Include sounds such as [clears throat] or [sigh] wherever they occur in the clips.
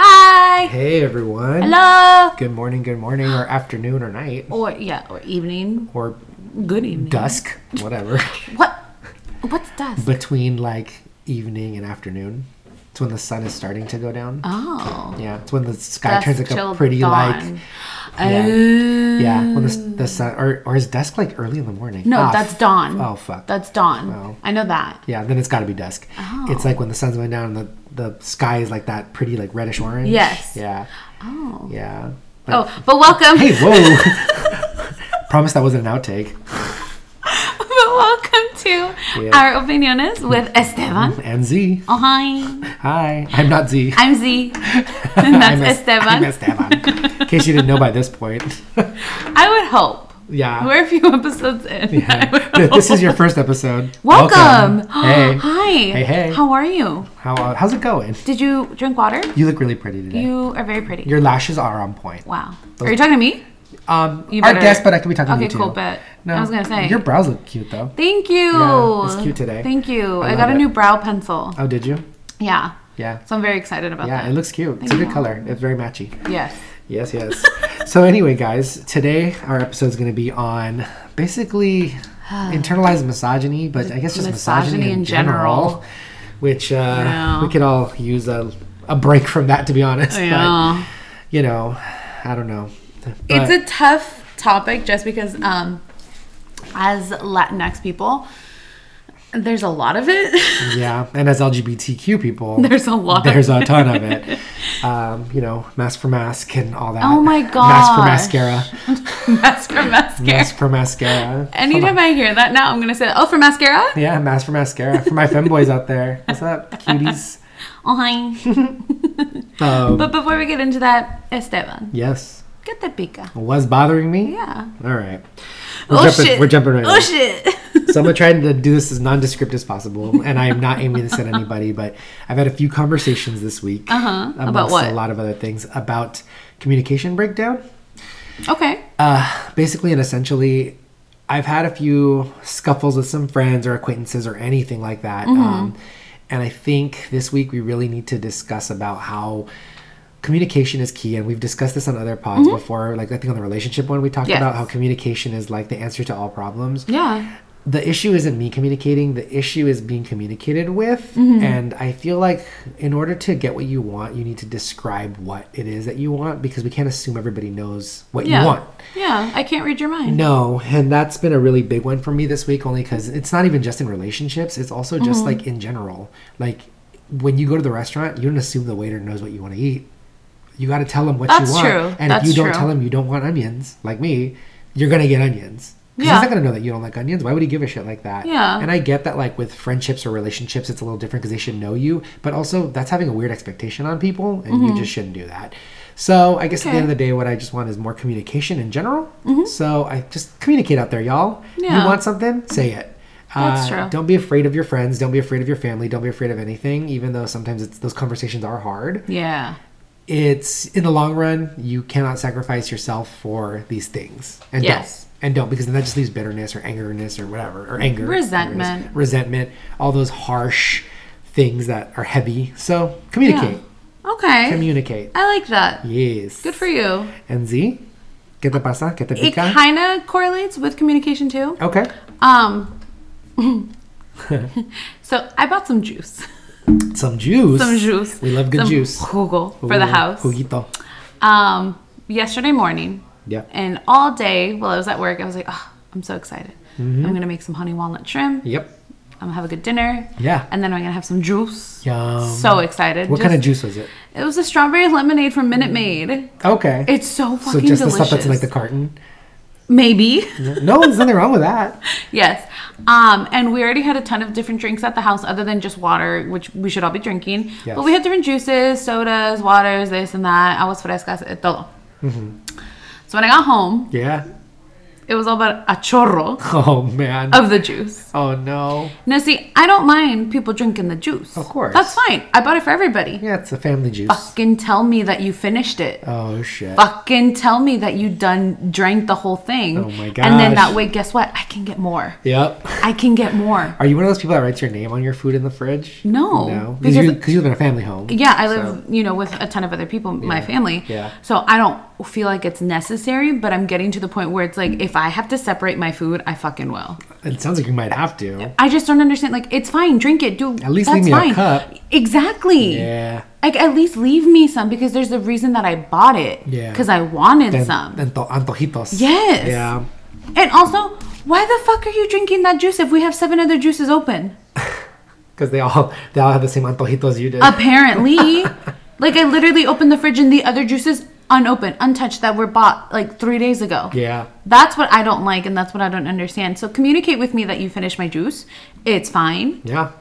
Hi. Hey everyone. Hello. Good morning, good morning, or afternoon, or night, Or yeah, or evening. or Good evening. dusk, whatever. [laughs] What? What's dust? Between like evening and afternoon, it's when the sun is starting to go down. oh. Yeah, it's when the sky turns Dusk like a till pretty dawn. like Oh. yeah. When the, s- the sun or or is dusk like early in the morning? No, Ah, that's f- dawn. Oh fuck. That's Oh. dawn. Oh. I know that. yeah, then it's got to be dusk. It's like when the sun's going down and the, the sky is like that pretty like reddish orange. Yes. Yeah. Oh. Yeah. But- Oh, but welcome. Hey, whoa. [laughs] Promise that wasn't an outtake. [laughs] but welcome to Yeah. our opiniones with Esteban. [laughs] And Z. Oh hi. Hi. I'm not Z. I'm [laughs] Z. [laughs] And that's I'm Es- Esteban. I'm Esteban. In case [laughs] you didn't know by this point. [laughs] I would hope. yeah. We're a few episodes in. [laughs] I would Th- Ah. This hope. is your first episode. Welcome. [gasps] Hey. Hi. Hey, hey. How are you? How, uh, how's it going? Did you drink water? You look really pretty today. You are very pretty. your lashes are on point. wow. Are you talking to me? Um, You I better- guess, but I could be talking Okay, to you Oh. too. cool. But I was gonna say. Your brows look cute though. Thank you. Yeah, it's cute today. Thank you. I, love got a it. new brow pencil. Oh, did you? Yeah. Yeah. So I'm very excited about Yeah, that. it looks cute. it's a Thank good you. color. It's very matchy. Yes. Yes, yes. so anyway, guys, today our episode is going to be on basically [sighs] internalized misogyny, but I guess just misogyny, in, general, which uh, Yeah. we could all use a, a break from that, to be honest. Yeah. But, you know, I don't know. But- It's a tough topic just because um as Latinx people, there's a lot of it. yeah, and as LGBTQ people, [laughs] There's a lot. There's a ton [laughs] of it. Um, you know, mask for mask and all that. Oh my Mask for gosh. mascara. [laughs] mask for mascara. Mask for mascara. [laughs] Anytime I hear that now, I'm gonna say, "Oh, for mascara." Yeah, mask for mascara. For my femboys out there. What's up, cuties? Oh, hi. Um, but before we get into that, Esteban, yes. get the pica. Was bothering me? Yeah. All right. We're, oh jumping, shit. we're jumping right Oh in. shit. [laughs] So I'm gonna try to do this as nondescript as possible, and I am not aiming this at anybody. But I've had a few conversations this week Uh-huh. About amongst what? a lot of other things about communication breakdown. okay. Uh, basically and essentially, I've had a few scuffles with some friends or acquaintances or anything like that. Mm-hmm. Um, and I think this week we really need to discuss about how communication is key. And we've discussed this on other pods before. Like I think on the relationship one, we talked Mm-hmm. Yes. about how communication is like the answer to all problems Yeah. the issue isn't me communicating the issue is being communicated with Mm-hmm. and i feel like in order to get what you want you need to describe what it is that you want because we can't assume everybody knows what Yeah. you want Yeah. I can't read your mind. no and that's been a really big one for me this week only because it's not even just in relationships it's also just Mm-hmm. like in general like when you go to the restaurant you don't assume the waiter knows what you want to eat you got to tell them what That's you want true. and That's if you don't true. tell them you don't want onions like me you're gonna get onions 'Cause Yeah. he's not gonna know that you don't like onions why would he give a shit like that Yeah. and i get that like with friendships or relationships it's a little different because they should know you but also that's having a weird expectation on people and you just shouldn't do that so i guess at the end Mm-hmm. Okay. Mm-hmm. of the day what i just want is more communication in general so i just communicate out there y'all Yeah. you want something say it Uh, That's true. Don't be afraid of your friends. Don't be afraid of your family. Don't be afraid of anything, even though sometimes it's, those conversations are hard Yeah. it's in the long run you cannot sacrifice yourself for these things and Yes. don't and don't because then that just leaves bitterness or angerness or whatever or anger Resentment. angerness, resentment all those harsh things that are heavy so communicate Okay. communicate I like that. yes Good for you. and z que te pasa que te It pica kind of correlates with communication too. okay [laughs] Um. [laughs] so I bought some juice. [laughs] some juice Some juice. we love good Some juice Jugo for the Ooh, house. juguito Um. Yesterday morning. yeah And all day while I was at work, I was like, oh, I'm so excited. Mm-hmm. I'm gonna make some honey walnut shrimp. yep I'm gonna have a good dinner. Yeah. And then I'm gonna have some juice. Yum. So excited. what kind of Just- juice was it It was a strawberry lemonade from Minute Maid. okay It's so fucking so delicious. just the stuff that's in like the carton Maybe. no there's nothing wrong with that [laughs] yes. Um, and we already had a ton of different drinks at the house other than just water, which we should all be drinking. Yes. But we had different juices, sodas, waters, Mm-hmm. this and that. Aguas frescas, eh, todo. So when I got home, yeah [laughs] it It was all about a chorro Oh man. of the juice. oh no. Now, see, I don't mind people drinking the juice. Of course. That's fine. I bought it for everybody. Yeah, it's a family juice. Fucking tell me that you finished it. Oh shit. Ah. Fucking tell me that you done drank the whole thing. Oh my And then gosh. that way, guess what? I can get more. Yep. I can get more. Are you one of those people that writes your name on your food in the fridge? No, No. Because because- you, 'cause you live in a family home. Yeah, I So- live, you know, with a ton of other people, my family. yeah. So I don't feel like it's necessary, but I'm getting to the point where it's like, if I have to separate my food, I fucking will. It sounds like you might have to. I just don't understand. Like, it's fine, drink it, do At least leave me a cup. Exactly. Yeah. Like, at least leave me some because there's a reason that I bought it. Yeah. Because I wanted And, some. and to- antojitos. Yes. Yeah. and also, why the fuck are you drinking that juice if we have seven other juices open? Because they all [laughs] they all have the same antojitos you Ah. did. [laughs] Apparently. like, I literally opened the fridge and the other juices unopened, untouched that were bought like three days ago. yeah. That's what I don't like and that's what I don't understand. So communicate with me that you finished my juice. It's fine. Yeah.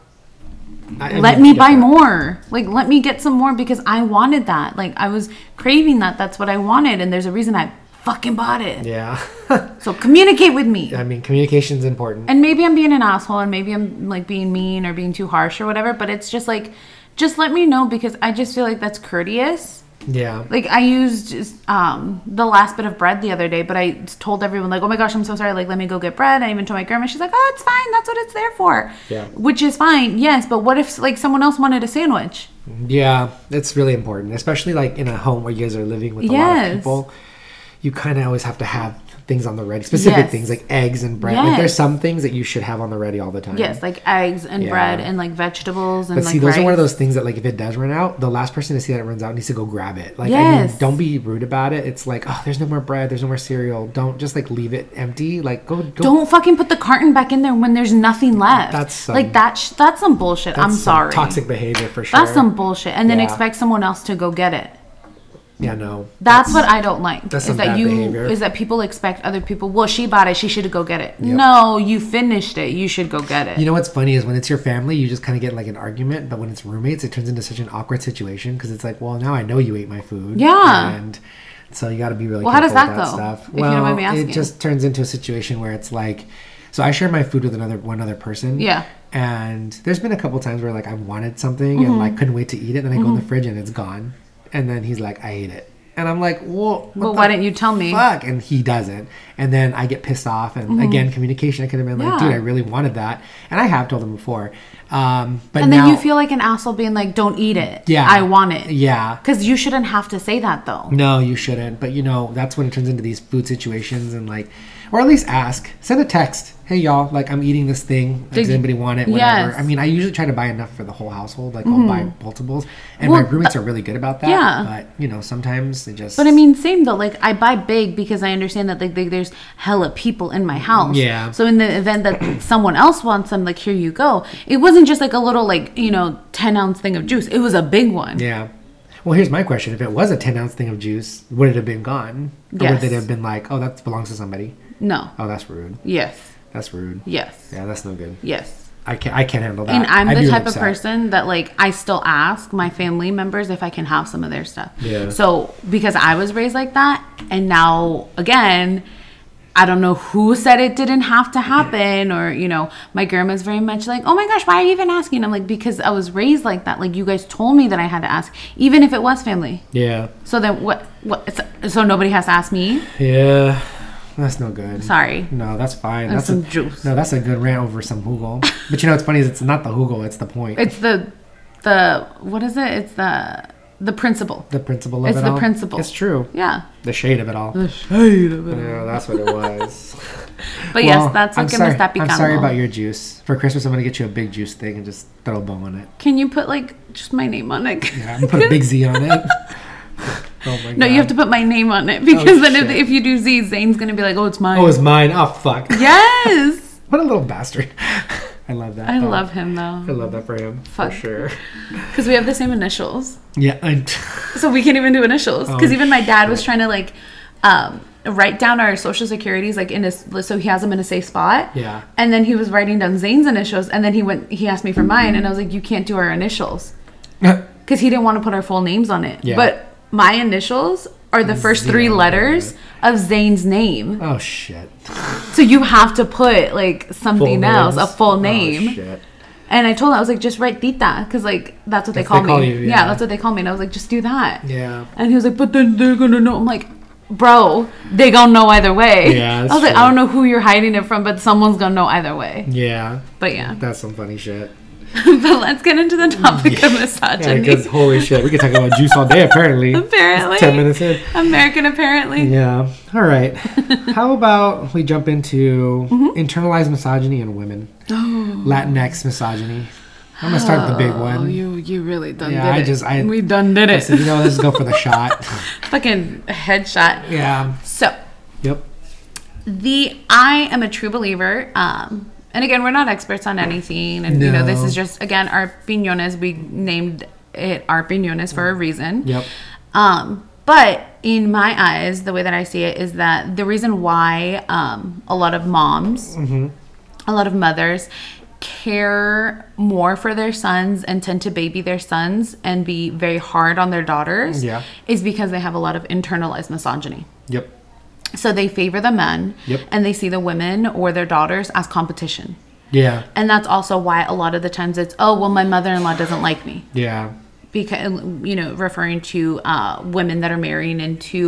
I- I Let mean, me yeah. buy more. Like let me get some more because I wanted that. Like I was craving that. That's what I wanted and there's a reason I fucking bought it. Yeah. [laughs] So communicate with me. I mean, communication's important. And maybe I'm being an asshole and maybe I'm like being mean or being too harsh or whatever, but it's just like just let me know because I just feel like that's courteous. Yeah. Like I used um, the last bit of bread the other day, but I told everyone like, "Oh my gosh, I'm so sorry. Like, let me go get bread." I even told my grandma. She's like, "Oh, it's fine. That's what it's there for." Yeah. Which is fine, yes. But what if like someone else wanted a sandwich? Yeah, it's really important, especially like in a home where you guys are living with a lot of Yes. people. You kind of always have to have things on the ready, specific Yes. things like eggs and bread. Like there's Yes. some things that you should have on the ready all the time. Yes, like eggs and bread Yeah. and like vegetables and But like see, those are one of rice. those things that, like, if it does run out, the last person to see that it runs out needs to go grab it. Like, I mean, Yes. don't be rude about it. It's like, oh, there's no more bread, there's no more cereal. Don't just like leave it empty. Like, go, go. Don't fucking put the carton back in there when there's nothing left. That's some- like that. Sh- that's some bullshit. I'm That's some sorry. Toxic behavior for sure. That's some bullshit. And then Yeah. expect someone else to go get it. Yeah, no. That's what I don't like. that's is some that bad you behavior. is that people expect other people, well, she bought it, she should go get it. No, you finished it. You should go get it. You know what's funny is when it's your family, you just kind of get like an argument, but when it's roommates, it turns into such an awkward situation because it's like, well, now I know you ate my food. Yeah. And so you got to be really Well, how careful does with that that go, stuff. if you don't mind me it asking? just turns into a situation where it's like, so I share my food with another one other person. Yeah. And there's been a couple times where like I wanted something Mm-hmm. and like couldn't wait to eat it, and then I go in the fridge and it's gone, and then he's like, I ate it. And I'm like, well, Well, why didn't you tell me? Fuck, and he doesn't. And then I get pissed off, and again, communication. I could have been like, Mm-hmm. Yeah. dude, I really wanted that, and I have told him before. Um, but and now, then you feel like an asshole being like, don't eat it. yeah, I want it. Yeah, Because you shouldn't have to say that though. no, you shouldn't. But you know, that's when it turns into these food situations, and like, or at least ask, send a text. Hey y'all, like I'm eating this thing. Does you- anybody want it? Whatever. Yes. Mm-hmm. I mean, I usually try to buy enough for the whole household. Like I'll buy multiples, and my Well, uh, roommates are really good about that. yeah. But you know, sometimes they just. But I mean, same though. Like I buy big because I understand that like, like there's hella people in my house. Yeah. So in the event that someone else wants them, like here you go. It wasn't just like a little like you know ten ounce thing of juice. It was a big one. Yeah. Well, here's my question: If it was a ten ounce thing of juice, would it have been gone? Or Yes. would it have been like, oh, that belongs to somebody? No. Oh, that's rude. Yes. That's rude. Yes. Yeah, that's no good. Yes. I can't. I can't handle that. And I'm I'd be the type upset. of person that like I still ask my family members if I can have some of their stuff. Yeah. So because I was raised like that, and now again, I don't know who said it didn't have to happen, or you know, my grandma's very much like, oh my gosh, why are you even asking? I'm like because I was raised like that. Like you guys told me that I had to ask, even if it was family. Yeah. So then what? What? So, so nobody has to ask me. Yeah. That's no good. Sorry. No, that's fine. that's some a, juice. No, that's a good rant over some [laughs] hugo. but you know what's funny is it's not the hugo. It's the point. It's the the what is it? It's the the principle. the principle of it's it the all. principle. Mm. It's true. Yeah. The shade of it all. shade of Yeah, that's what it was. But [laughs] Well, yes, that's I'm what sorry- me está picando. I'm sorry about your juice. For Christmas, I'm gonna get you a big juice thing and just throw a bow on it. Can you put like just my name on it? Yeah, I'm gonna put a [laughs] big Z on it. [laughs] Oh my god. no, you have to put my name on it because then if, Oh, shit. if you do Z, Zane's gonna be like, oh, it's mine. Oh, it's [laughs] mine. Oh fuck. yes, What a little bastard. [laughs] I love that. I Oh, love him I though love that for him. Fuck. For sure. because we have the same initials, Yeah. I, so we can't even do initials. Because Oh, even my dad was trying to like um, write down our social securities like in his so he has them in a safe spot. [laughs] [laughs] Yeah. And then he was writing down Zane's initials, and then he went. He asked me for mine, and I was like, you can't do our initials. because he didn't want to put our full names on it. Yeah. But my initials are the first three letters of Zane's name. Oh shit. So you have to put like something else, a names? full Oh, name. shit. and I told him I was like, just write Tita, because like that's what they That's call they me. call you, yeah. that's what they call me. And I was like, just do that. Yeah. And he was like, but then they're gonna know. I'm like, bro, they gonna know either way. [laughs] Yeah, I was that's like, true. I don't know who you're hiding it from, but someone's gonna know either way. Yeah. But yeah. [laughs] That's some funny shit. but let's get into the topic of Yeah, misogyny. because holy shit, we could talk about juice all day apparently. [laughs] apparently. Ten minutes in. American apparently. Yeah. [laughs] All right. How about we jump into Mm-hmm. internalized misogyny [gasps] in women? Latinx misogyny. I'm gonna start with the big Oh, one. you you really done Yeah, did I it. just- I- we done did I said, you it. know, let's [laughs] go for the shot. Fucking headshot. Yeah. So Yep. the I am a true believer. Um, and again, we're not experts on anything, and you know this No. is just again our opiniones. We named it our opiniones for a reason. Yep. Um, but in my eyes, the way that I see it is that the reason why um, a lot of moms, Mm-hmm. a lot of mothers, care more for their sons and tend to baby their sons and be very hard on their daughters Yeah. is because they have a lot of internalized misogyny. Yep. So they favor the men Yep. and they see the women or their daughters as competition. Yeah. And that's also why a lot of the times it's, oh, well, my mother in law doesn't like me Yeah. because you know referring to uh, women that are marrying into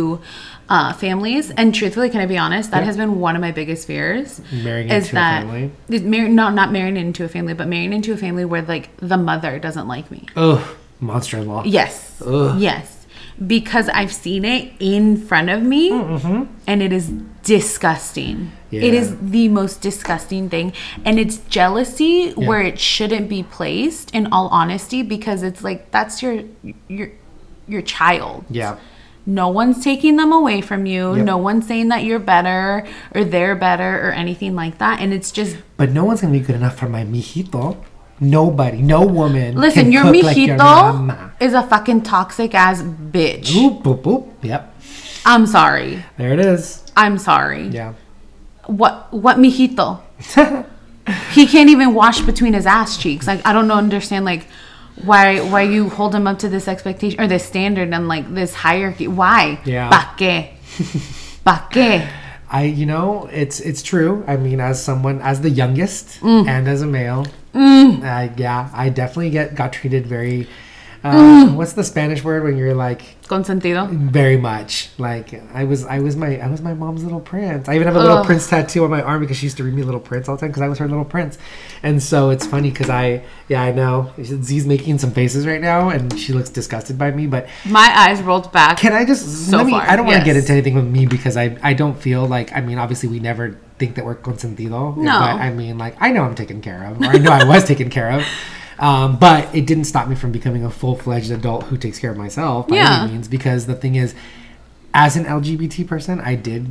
uh, families and truthfully can i be honest that Yeah. has been one of my biggest fears Marrying is into a that family? is mar- no, not marrying into a family but marrying into a family where like the mother doesn't like me Oh, monster in law. yes Ugh. yes because i've seen it in front of me and it is disgusting it Mm, mm-hmm. Yeah. is the most disgusting thing and it's jealousy Yeah. where it shouldn't be placed in all honesty because it's like that's your your your child Yeah. no one's taking them away from you Yep. no one's saying that you're better or they're better or anything like that and it's just But no one's gonna be good enough for my mijito. Nobody, no woman. listen can your cook like your mijito mama. is a fucking toxic ass bitch Boop, boop, boop. Yep. i'm sorry There it is. i'm sorry Yeah. what what [laughs] mijito he can't even wash between his ass cheeks like i don't know understand like why why you hold him up to this expectation or this standard and like this hierarchy why Yeah. pa que pa que I, you know, it's it's true. I mean, as someone, as the youngest, and as a male, uh, yeah, I definitely get got treated very. Uh, What's the Spanish word when you're like consentido very much like I was? I was my I was my mom's little prince. I even have a little Ugh. prince tattoo on my arm because she used to read me little prince all the time because I was her little prince. And so it's funny because I yeah I know Z's making some faces right now and she looks disgusted by me, but my eyes rolled back can I just? So let me, far, I don't want to get yes. into anything with me because I I don't feel like I mean obviously we never think that we're consentido. No. but I mean like I know I'm taken care of. Or I know [laughs] I was taken care of. Um, but it didn't stop me from becoming a full fledged adult who takes care of myself by Yeah. any means. Because the thing is, as an LGBT person, I did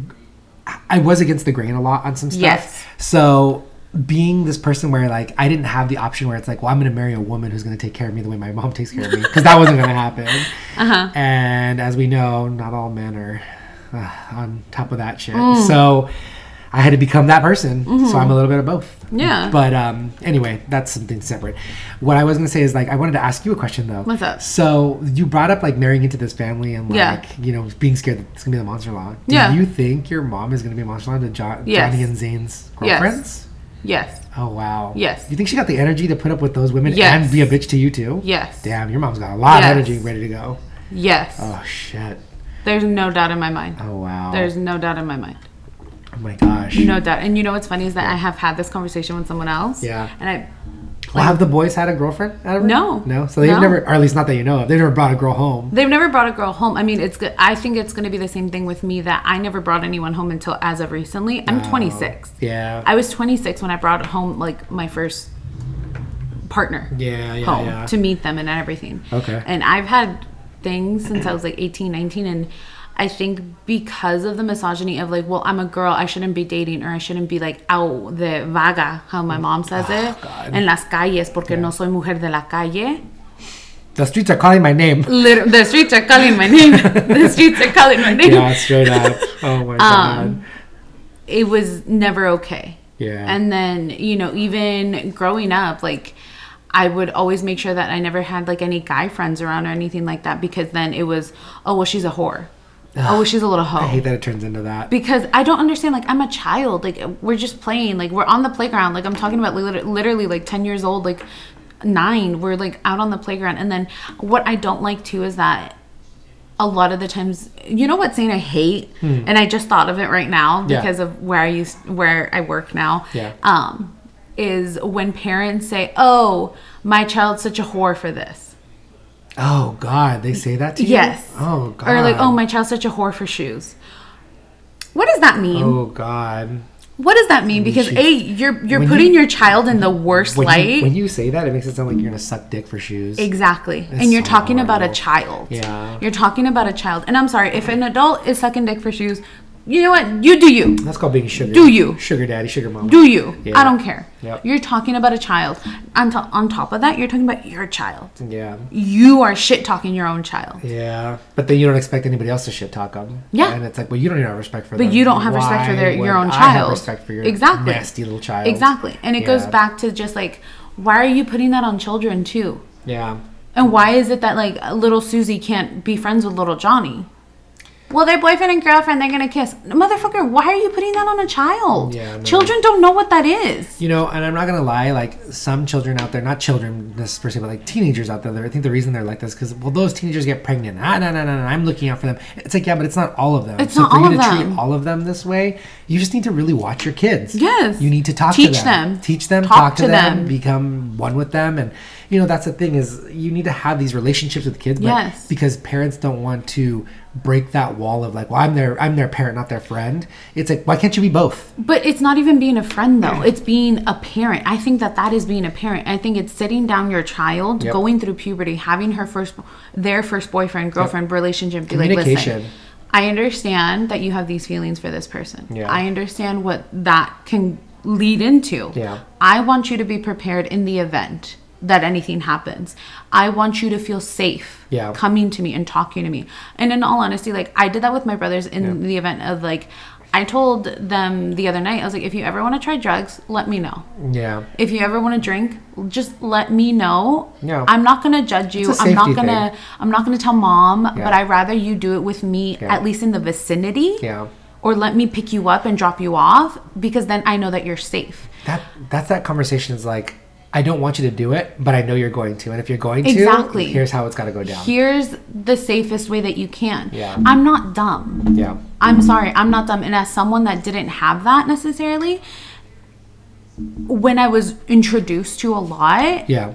I was against the grain a lot on some stuff. Yes. So being this person where like I didn't have the option where it's like, well, I'm gonna marry a woman who's gonna take care of me the way my mom takes care of me because that wasn't gonna [laughs] happen. Uh-huh. And as we know, not all men are uh, on top of that shit. Mm. So I had to become that person. So I'm a little bit of both. Mm-hmm. Yeah. But um, anyway, that's something separate. What I was gonna say is like I wanted to ask you a question though. What's up? So you brought up like marrying into this family and like Yeah. you know being scared that it's gonna be the monster law. Do Yeah. you think your mom is going to be emotional to jo- Yes. Johnny and Zane's Yes. girlfriends? yes Oh wow. Yes. You think she got the energy to put up with those women Yes. and be a bitch to you too? yes Damn, your mom's got a lot Yes. of energy ready to go. yes Oh shit. there's no doubt in my mind Oh wow. there's no doubt in my mind oh my gosh. no doubt and you know what's funny is that i have had this conversation with someone else Yeah. and i well, have the boys had a girlfriend? ever? No. No. So they've No. never, or at least not that you know of, they've never brought a girl home. They've never brought a girl home. I mean, it's good. I think it's going to be the same thing with me that I never brought anyone home until as of recently. I'm 26. Oh. Yeah. I was 26 when I brought home like my first partner yeah. Yeah. home yeah. to meet them and everything. Okay. And I've had things since I was like 18, 19 and I think because of the misogyny of like, well, I'm a girl, I shouldn't be dating or I shouldn't be like out the vaga, how my mom says it, Mm. Oh, God. en las calles porque no soy mujer de la calle. the streets are calling my [laughs] name. [laughs] Liter- the streets are calling my name. the streets are calling my name. yeah, straight up. Oh Um, my god. [laughs] It was never okay. Yeah. And then, you know, even growing up, like, I would always make sure that I never had like any guy friends around or anything like that because then it was, oh, well, she's a whore. oh, she's a little hoe. I hate that it turns into that. because I don't understand. Like I'm a child. Like we're just playing. Like we're on the playground. Like I'm talking about lit- literally like ten years old. Like nine. We're like out on the playground. And then what I don't like too is that a lot of the times, you know what saying I hate, and I just thought of it right now Hmm. Yeah. because of where I used where I work now. Yeah. Um, is when parents say, "Oh, my child's such a whore for this." Oh God, they say that to you. Yes. Oh God. Or like, oh, my child's such a whore for shoes. What does that mean? Oh God. What does that mean? Because she- a, you're you're when putting your child in the worst When light. you, when you say that, it makes it sound like you're gonna suck dick for shoes. exactly, and you're so talking about a horrible. child. Yeah. you're talking about a child. And I'm sorry if an adult is sucking dick for shoes. You know what? You do you. That's called being sugar. Do you? Sugar daddy, sugar mama. Do you? Yeah. I don't care. Yep. You're talking about a child. On, to- on top of that, you're talking about your child. Yeah. You are shit talking your own child. Yeah. But then you don't expect anybody else to shit talk them. Yeah. And it's like, well, you don't even have respect for But them. you don't have respect for Why their your would own I child. Have respect for your exactly. nasty little child. Exactly. And it goes Yeah. back to just like why are you putting that on children too? Yeah. And why is it that like little Susie can't be friends with little Johnny? Well, their boyfriend and girlfriend, they're gonna kiss. Motherfucker, why are you putting that on a child? Yeah, no. Children don't know what that is. You know, and I'm not gonna lie. Like some children out there, not children necessarily, but like teenagers out there. I think the reason they're like this because well, those teenagers get pregnant. Ah, no, no, no, no. I'm looking out for them. It's like yeah, but it's not all of them. It's so not for all you of to them. treat all of them this way, you just need to really watch your kids. Yes. You need to talk Teach to them. them. Teach them. Talk Talk, to, to them, them. Become one with them. And you know that's the thing is you need to have these relationships with kids. But Yes. Because parents don't want to break that wall of like, well, I'm their I'm their parent, not their friend. It's like why can't you be both? But it's not even being a friend though. It's being a parent. I think that that is being a parent. I think it's sitting down your child, Yep. going through puberty, having her first, their first boyfriend, girlfriend relationship. Be like, listen, Communication. I understand that you have these feelings for this person. Yeah. I understand what that can lead into. Yeah. I want you to be prepared in the event that anything happens. I want you to feel safe Yeah. coming to me and talking to me. And in all honesty, like I did that with my brothers in the event of like I told them the other night, I was like, if you ever want to try drugs, let me know. Yeah. If you ever want to drink, just let me know. Yeah. I'm not gonna judge you. It's a I'm not safety gonna thing. I'm not gonna tell mom, Yeah. but I'd rather you do it with me, Yeah. at least in the vicinity. Yeah. Or let me pick you up and drop you off because then I know that you're safe. that that's that conversation is like I don't want you to do it, but I know you're going to. And if you're going to, Exactly. here's how it's got to go down. Here's the safest way that you can. Yeah. I'm not dumb. yeah. I'm sorry, I'm not dumb. And as someone that didn't have that necessarily, when I was introduced to a lot, Yeah.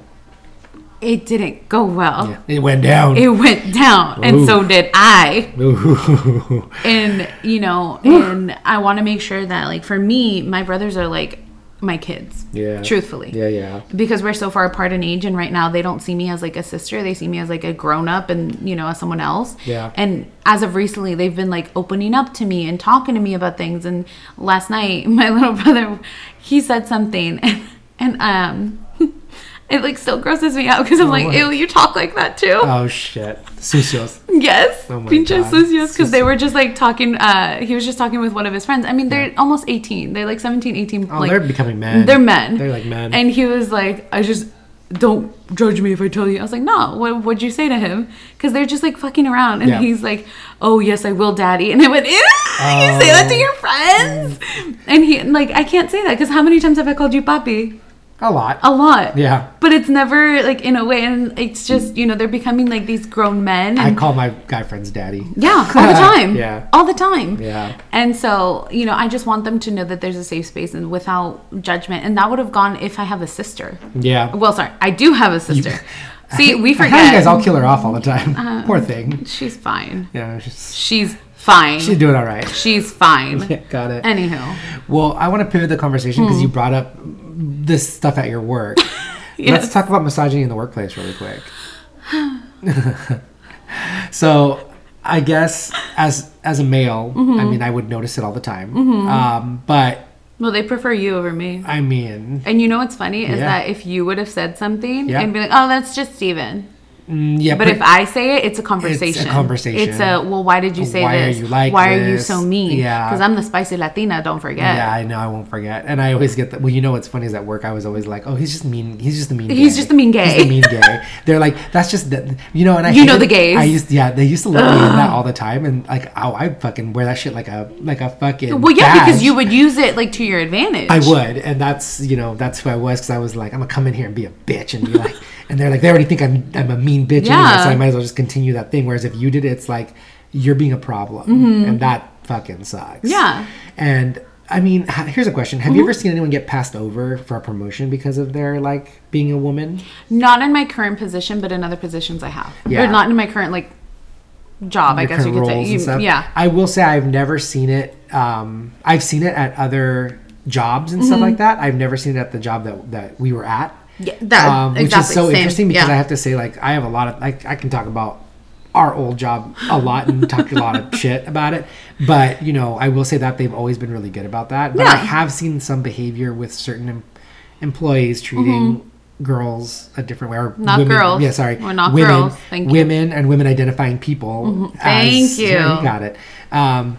it didn't go well. Yeah. It went down. It went down, and so did I. Ooh. And you know, and I want to make sure that, like, for me, my brothers are like my kids. [laughs] yeah. Truthfully. Yeah, yeah. Because we're so far apart in age, and right now they don't see me as like a sister. They see me as like a grown up, and you know, as someone else. Yeah. And as of recently, they've been like opening up to me and talking to me about things. And last night, [laughs] my little brother, he said something, [laughs] and, and um, [laughs] it like still grosses me out because I'm like, what? ew, you talk like that too. Oh shit. Sucios. [laughs] Yes, Oh my pinches God. sucios because they were just like talking. Uh, he was just talking with one of his friends. I mean, they're almost 18. They're like 17, 18. Oh, like, they're becoming men. They're men. They're like men. And he was like, I just don't judge me if I tell you. I was like, no, what would you say to him? Because they're just like fucking around. And Yeah. he's like, oh, yes, I will, daddy. And I went, ew, you say that to Oh. your friends? And he, like, I can't say that because how many times have I called you papi? A lot. A lot. Yeah. But it's never like in a way, and it's just, you know, they're becoming like these grown men. I And call my guy friends daddy. [laughs] yeah, all the time. Yeah. All the time. Yeah. And so, you know, I just want them to know that there's a safe space and without judgment. And that would have gone if I have a sister. Yeah. Well, sorry, I do have a sister. [laughs] See, we How do forget. Uh-huh. you guys all kill her off all the time. Poor thing. She's fine. Yeah. She's, She's fine. she's doing all right. [laughs] She's fine. Yeah, got it. Anywho. Well, I want to pivot the conversation because Hmm. you brought up this stuff at your [laughs] work. Let's Yes. talk about misogyny in the workplace really quick. [sighs] so, I guess as as a male, I Mm-hmm. mean, I would notice it all the time. Um, but Well, they prefer you over me. I mean, And you know what's funny is Yeah. that if you would have said something Yeah. and be like, "Oh, that's just Steven. Mm, yeah, But if I say it, it's a conversation. conversation. It's a well. Why did you say Why are this? you like why are you this? so mean? Yeah. Because I'm the spicy Latina. Don't forget. yeah, I know. I won't forget. And I always get that. Well, you know what's funny is at work, I was always like, "Oh, he's just mean. He's just the mean. He's gay. just the mean gay. He's the mean gay." They're like, "That's just the, you know." And I, You know hated- the gays. I used, yeah, they used to let me in [gasps] that all the time, and like, oh, I fucking wear that shit like a like a fucking. Well, yeah, because badge. you would use it like to your advantage. I would, and that's you know that's who I was because I was like, I'm gonna come in here and be a bitch and be like, [laughs] and they're like, they already think I'm I'm a mean bitch, anyway, Yeah. so I might as well just continue that thing. Whereas if you did it, it's like you're being a problem, and that fucking sucks. Mm-hmm. Yeah. Mm-hmm. And I mean, h- here's a question: Have you ever seen anyone get passed over for a promotion because of their like being a woman? Not in my current position, but in other positions I have. Yeah. Or not in my current like job. I Your guess you current could roles say. and You- stuff? yeah. I will say I've never seen it. Um, I've seen it at other jobs and Mm-hmm. stuff like that. I've never seen it at the job that that we were at. Yeah, that- Um, which is exactly, so same, interesting because yeah. I have to say, like, I have a lot of like I can talk about our old job a lot and talk a lot of [laughs] shit about it. But you know, I will say that they've always been really good about that. But I Yeah. have seen some behavior with certain em- employees treating. Girls a different way, or Mm-hmm. Not women- girls. Yeah, sorry, We're not women, girls. Thank you. Mm-hmm. Women and women identifying people. Thank you. yeah, got it. Um,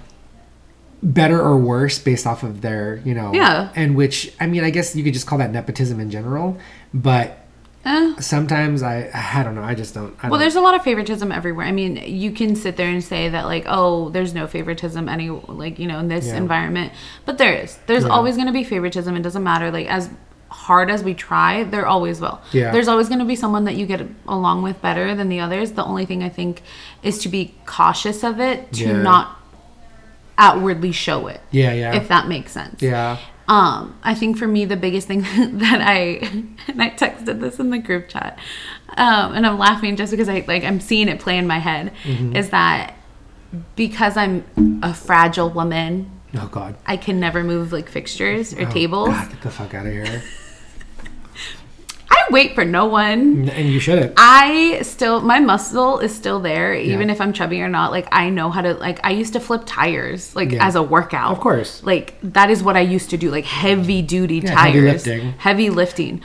better or worse based off of their, you know, Yeah. And which I mean, I guess you could just call that nepotism in general, but Eh. sometimes I, I don't know, I just don't. I Well, don't there's a lot of favoritism everywhere. I mean, you can sit there and say that like, oh, there's no favoritism any like you know in this Yeah. environment, but there is. There's Yeah. always going to be favoritism. It doesn't matter. Like as hard as we try, there always will. Yeah. There's always going to be someone that you get along with better than the others. The only thing I think is to be cautious of it, to Yeah. not outwardly show it. Yeah, yeah. If that makes sense. yeah. Um, I think for me the biggest thing [laughs] that I and I texted this in the group chat, um, and I'm laughing just because I like I'm seeing it play in my head Mm-hmm. is that because I'm a fragile woman, Oh God. I can never move like fixtures or Oh, tables. God, get the fuck out of here. I wait for no one. N- and you shouldn't. I still my muscle is still there even Yeah. if I'm chubby or not. Like I know how to like I used to flip tires like Yeah. as a workout. Of course. Like that is what I used to do like heavy duty heavy tires. lifting. Heavy lifting.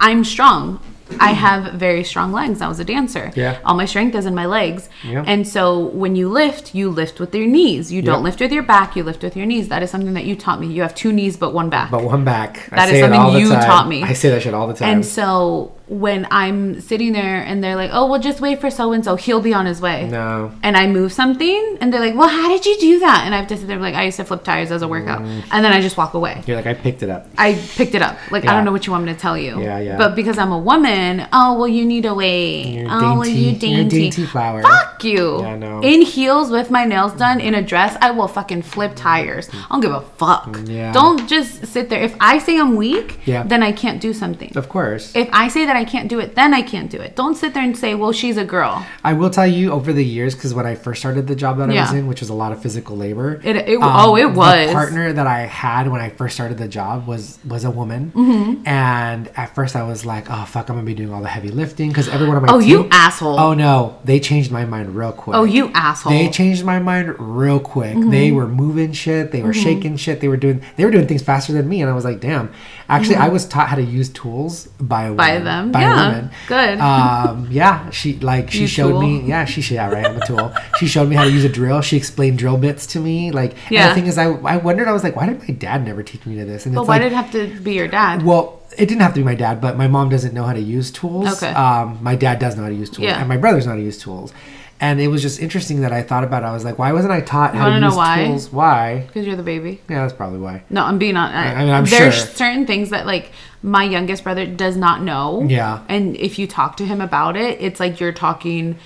I'm strong. I have very strong legs. I was a dancer. Yeah. All my strength is in my legs. Yeah. And so when you lift, you lift with your knees. You don't Yep. lift with your back, you lift with your knees. That is something that you taught me. You have two knees but one back. But one back. That I is say it something all the you time. taught me. I say that shit all the time. And so when I'm sitting there and they're like, oh, well, just wait for so and so, he'll be on his way. No. And I move something and they're like, well, how did you do that? And I have to sit there like, I used to flip tires as a workout. Mm. And then I just walk away. You're like, I picked it up. I picked it up. Like, I Yeah. don't know what you want me to tell you. Yeah, yeah. But because I'm a woman, oh, well, you need to wait. You're oh, well, dainty. you You're a dainty. dainty flower. Fuck you. Yeah, I know. In heels with my nails done, in a dress, I will fucking flip tires. I don't give a fuck. Mm, Yeah. Don't just sit there. If I say I'm weak, Yeah. then I can't do something. Of course. If I say that I can't do it, then I can't do it. Don't sit there and say, well, she's a girl. I will tell you over the years because when I first started the job that I was Yeah. in, which was a lot of physical labor, um, It- it- oh, it was. the partner that I had when I first started the job was was a woman, Mm-hmm. and at first I was like, oh fuck, I'm gonna be doing all the heavy lifting because everyone on my Oh, team, you asshole. oh no, they changed my mind real quick. Oh, you asshole. They changed my mind real quick. They Mm-hmm. were moving shit. They were shaking shit. They were doing they were doing things faster than me, and I was like, damn. Actually, I was taught how to use tools by a Mm-hmm. By woman, them. by Yeah. a woman. Good. [laughs] Um, yeah, she like she You showed me. tool. Yeah, she she- yeah right. I'm a tool. she showed me how to use a drill. She explained drill bits to me. Like and Yeah. the thing is, I I wondered. I was like, why did my dad never teach me to this? And but it's why like, did it have to be your dad? well, it didn't have to be my dad, but my mom doesn't know how to use tools. Okay. Um, my dad does know how to use tools, Yeah. and my brothers know how to use tools. And it was just interesting that I thought about it. I was like, why wasn't I taught how to wanna know use why? tools? Why? Because you're the baby. Yeah, that's probably why. No, I'm being on. I, I mean, I'm there's sure. certain things that like my youngest brother does not know. Yeah. And if you talk to him about it, it's like you're talking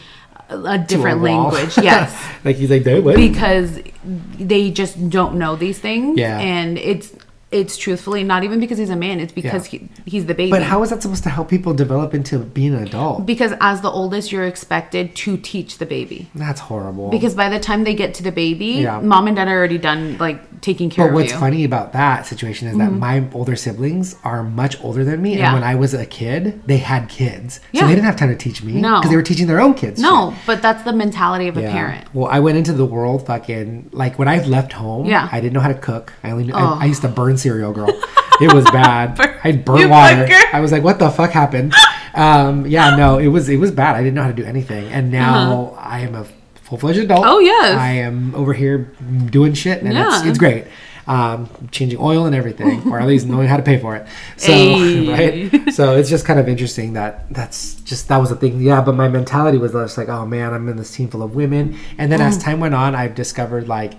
a different wall. [laughs] language. Yes. like he's like, "Dude, what? because they just don't know these things. Yeah. And it's it's truthfully not even because he's a man. It's because Yeah. he, he's the baby. But how is that supposed to help people develop into being an adult? because as the oldest, you're expected to teach the baby. that's horrible. Because by the time they get to the baby, Yeah. mom and dad are already done like taking care But of what's you. Mm-hmm. funny about that situation is that my older siblings are much older than me, Yeah. and when I was a kid, they had kids, so Yeah. they didn't have time to teach me No. because they were teaching their own kids. shit. No, but that's the mentality of a Yeah. parent. Well, I went into the world fucking like when I left home. Yeah. Oh. I didn't know how to cook. I only knew, I, I [laughs] used to burn cereal, girl. It was bad. I'd burn you water. fucker. I was like, what the fuck happened? Um, yeah, no, it was it was bad. I didn't know how to do anything, and now I am a full fledged adult. Uh-huh. Oh, yes. I am over here doing shit, and it's, Yeah. it's great. Um, changing oil and everything, or at least knowing how to pay for it. So [laughs] Ayy. right, [laughs] so it's just kind of interesting that that's just that was the thing. Yeah, but my mentality was just like, oh man, I'm in this team full of women, and then as Mm. time went on, I've discovered like.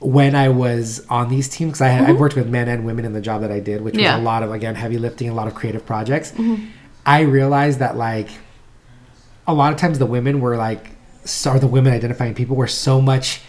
When I was on these teams, because I had I worked with men and women in the job that I did, which Mm-hmm. Yeah. Mm-hmm. was a lot of again heavy lifting, a lot of creative projects. I realized that like a lot of times the women were like so or the women identifying people were so much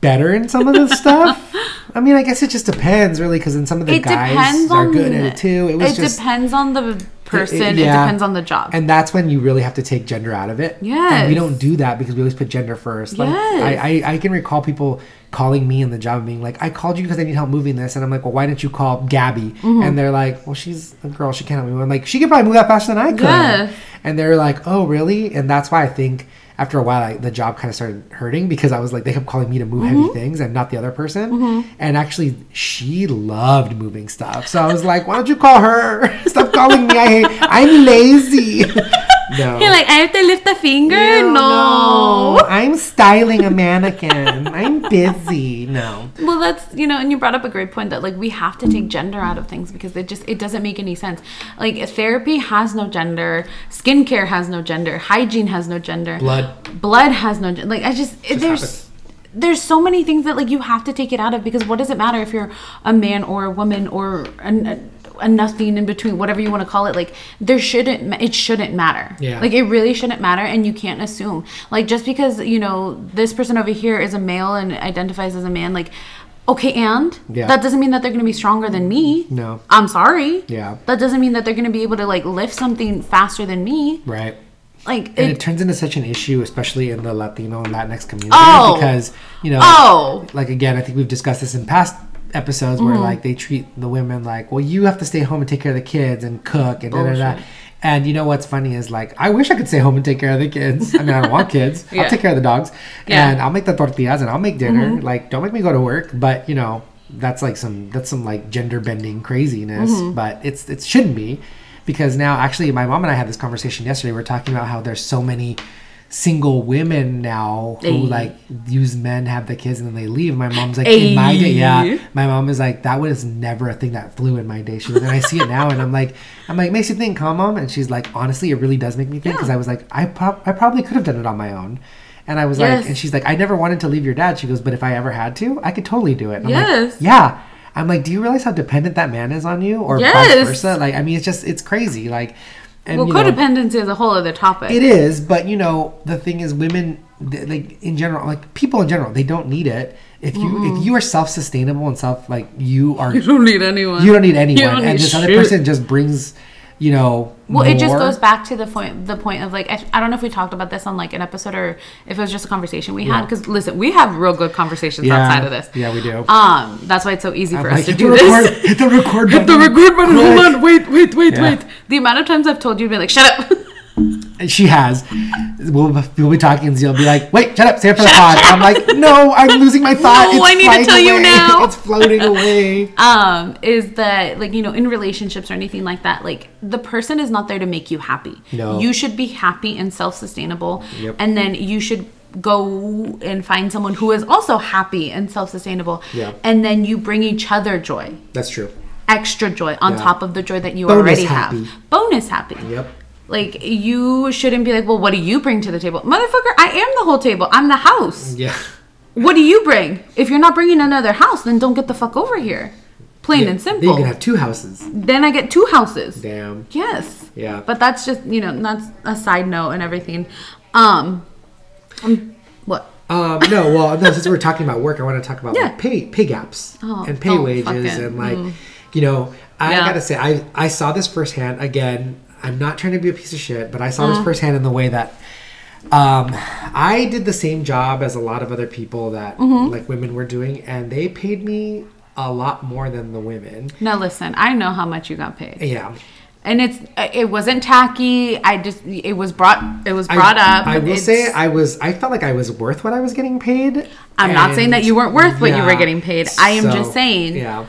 better in some [laughs] of this stuff. I mean, I guess it just depends really because in some of the it guys depends are on good at it too. It was just depends on the person. It, yeah. depends on the job. and that's when you really have to take gender out of it. And we Yes. don't do that because we always put gender first. Like I, Yes. I, I can recall people calling me in the job and being like, I called you because I need help moving this. And I'm like, well, why didn't you call Gabby? Mm-hmm. And they're like, well, she's a girl. She can't help me. I'm like, she could probably move that faster than I could. Yes. And they're like, oh, really? And that's why I think after a while, I, the job kind of started hurting because I was like, they kept calling me to move Mm-hmm. heavy things and not the other person. And actually, she loved moving stuff. So I was like, why don't you call her? [laughs] Stop calling me. I hate, I'm lazy. [laughs] No. You're like, I have to lift a finger? Ew, no. Oh, I'm styling a mannequin. I'm busy. No. Well, that's you know, and you brought up a great point that like we have to take gender out of things because it just it doesn't make any sense. Like therapy has no gender, skincare has no gender, hygiene has no gender, Blood. blood has no gen- like I just, it there's happens. there's so many things that like you have to take it out of because what does it matter if you're a man or a woman or an, a, a nothing in between, whatever you want to call it. Like there shouldn't ma- it shouldn't matter. Yeah. Like it really shouldn't matter and you can't assume like just because you know this person over here is a male and identifies as a man like okay and Yeah. that doesn't mean that they're going to be stronger than me No. i'm sorry Yeah. that doesn't mean that they're going to be able to like lift something faster than me Right. like And it, it turns into such an issue, especially in the Latino and Latinx community, Oh. because you know, Oh. like again, I think we've discussed this in past episodes Mm-hmm. where like they treat the women like, well, you have to stay home and take care of the kids and cook Oh, and da da da. Bullshit. And you know what's funny is like I wish I could stay home and take care of the kids. I mean, I don't [laughs] want kids. Yeah. I'll take care of the dogs Yeah. Mm-hmm. and I'll make the tortillas and I'll make dinner. Like, don't make me go to work. But you know, that's like some that's some like gender bending craziness. Mm-hmm. But it's it shouldn't be because now actually my mom and I had this conversation yesterday. We are talking about how there's so many single women now who Ayy. like use men have the kids and then they leave. My mom's like in my day, yeah. Ayy. My mom is like, that was never a thing that flew in my day. She was, and I see it now, and I'm like, I'm like, makes you think, huh, mom? And she's like, honestly, it really does make me think because I was like, I, prob- I probably could have done it on my own. And I was like, Yes. and she's like, I never wanted to leave your dad. She goes, but if I ever had to, I could totally do it. And I'm like, Yes. yeah. I'm like, do you realize how dependent that man is on you, or vice Yes. versa? Like, I mean, it's just, it's crazy. Like, and well you know- codependency is a whole other topic it is, but you know, the thing is, women, th- like in general, like people in general, they don't need it. If you if you are self sustainable and self like you [laughs] are, you don't need anyone you don't need anyone, don't and need this other shit. person just brings, you know, Well, it just more. goes back to the point the point of like I, I don't know if we talked about this on like an episode or if it was just a conversation we had because listen we have real good conversations Yeah. outside of this Yeah, we do. um that's why it's so easy for Like, us to hit do the this record- [laughs] hit the record hit the button. record button hold Quick. on wait wait wait Yeah. wait the amount of times I've told you to be like shut up [laughs] She has. We'll, we'll be talking, and you'll be like, "Wait, shut up, stay up for the pod." I'm like, "No, I'm losing my thought. [laughs] No, I need to flying tell you away. now." [laughs] it's floating away." um is that like you know in relationships or anything like that like the person is not there to make you happy No. you should be happy and self-sustainable Yep. and then you should go and find someone who is also happy and self-sustainable Yeah. and then you bring each other joy That's true. extra joy on Yeah. top of the joy that you Bonus already happy. have bonus happy Yep. like you shouldn't be like well what do you bring to the table motherfucker i am the whole table i'm the house Yeah. what do you bring if you're not bringing another house then don't get the fuck over here plain and Then simple You can have two houses. then I get two houses. Damn. Yes. Yeah. But that's just you know that's a side note and everything. Um, um, what? Um, no, well, no, since we're talking about work, I want to talk about Yeah. like pay pay gaps Oh, and pay don't wages fucking- mm. and like you know, I Yeah. gotta say I I saw this firsthand again. I'm not trying to be a piece of shit, but I saw Uh-huh. this firsthand in the way that um, I did the same job as a lot of other people that Mm-hmm. like women were doing, and they paid me a lot more than the women. Now listen, I know how much you got paid, Yeah. and it's it wasn't tacky. I just it was brought it was I- brought up. I will It's- say I was I felt like I was worth what I was getting paid. I'm not saying that and- you weren't worth what you were yeah, getting paid. I am just saying Yeah.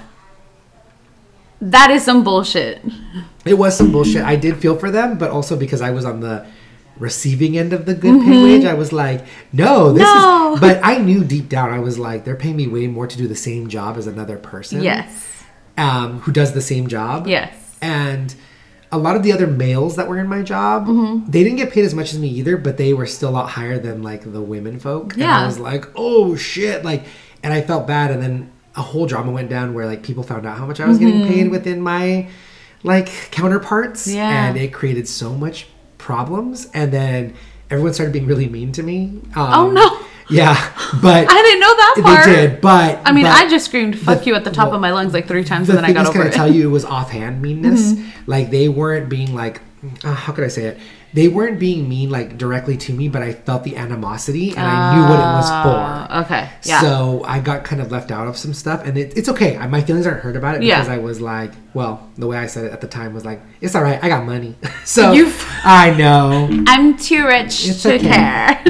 That is some bullshit. It was some bullshit. I did feel for them, but also because I was on the receiving end of the good pay wage, I was like, no, this Mm-hmm. No. is. [laughs] But I knew deep down, I was like, they're paying me way more to do the same job as another person. Yes. Um, who does the same job. Yes. And a lot of the other males that were in my job, Mm-hmm. they didn't get paid as much as me either, but they were still a lot higher than like the women folk. And I Yeah. was like, oh shit. Like, and I felt bad. And then a whole drama went down where like people found out how much I was getting paid within my like counterparts. Mm-hmm. Yeah. And it created so much problems. And then everyone started being really mean to me. Um, Oh, no. Yeah. But [laughs] I didn't know that part. they did. But I mean, but- I just screamed "fuck you" at the top well, of my lungs like three times, the and then I thing got is, over can I it. Mm-hmm. tell you, it was offhand meanness. Like they weren't being like, uh, how could I say it? They weren't being mean like directly to me, but I felt the animosity and I knew what it was for. Uh, okay. Yeah. So I got kind of left out of some stuff, and it, it's okay. I, my feelings aren't hurt about it Yeah. because I was like, well, the way I said it at the time was like, it's all right. I got money, [laughs] so You- I know. I'm too rich It's to okay. [laughs] care.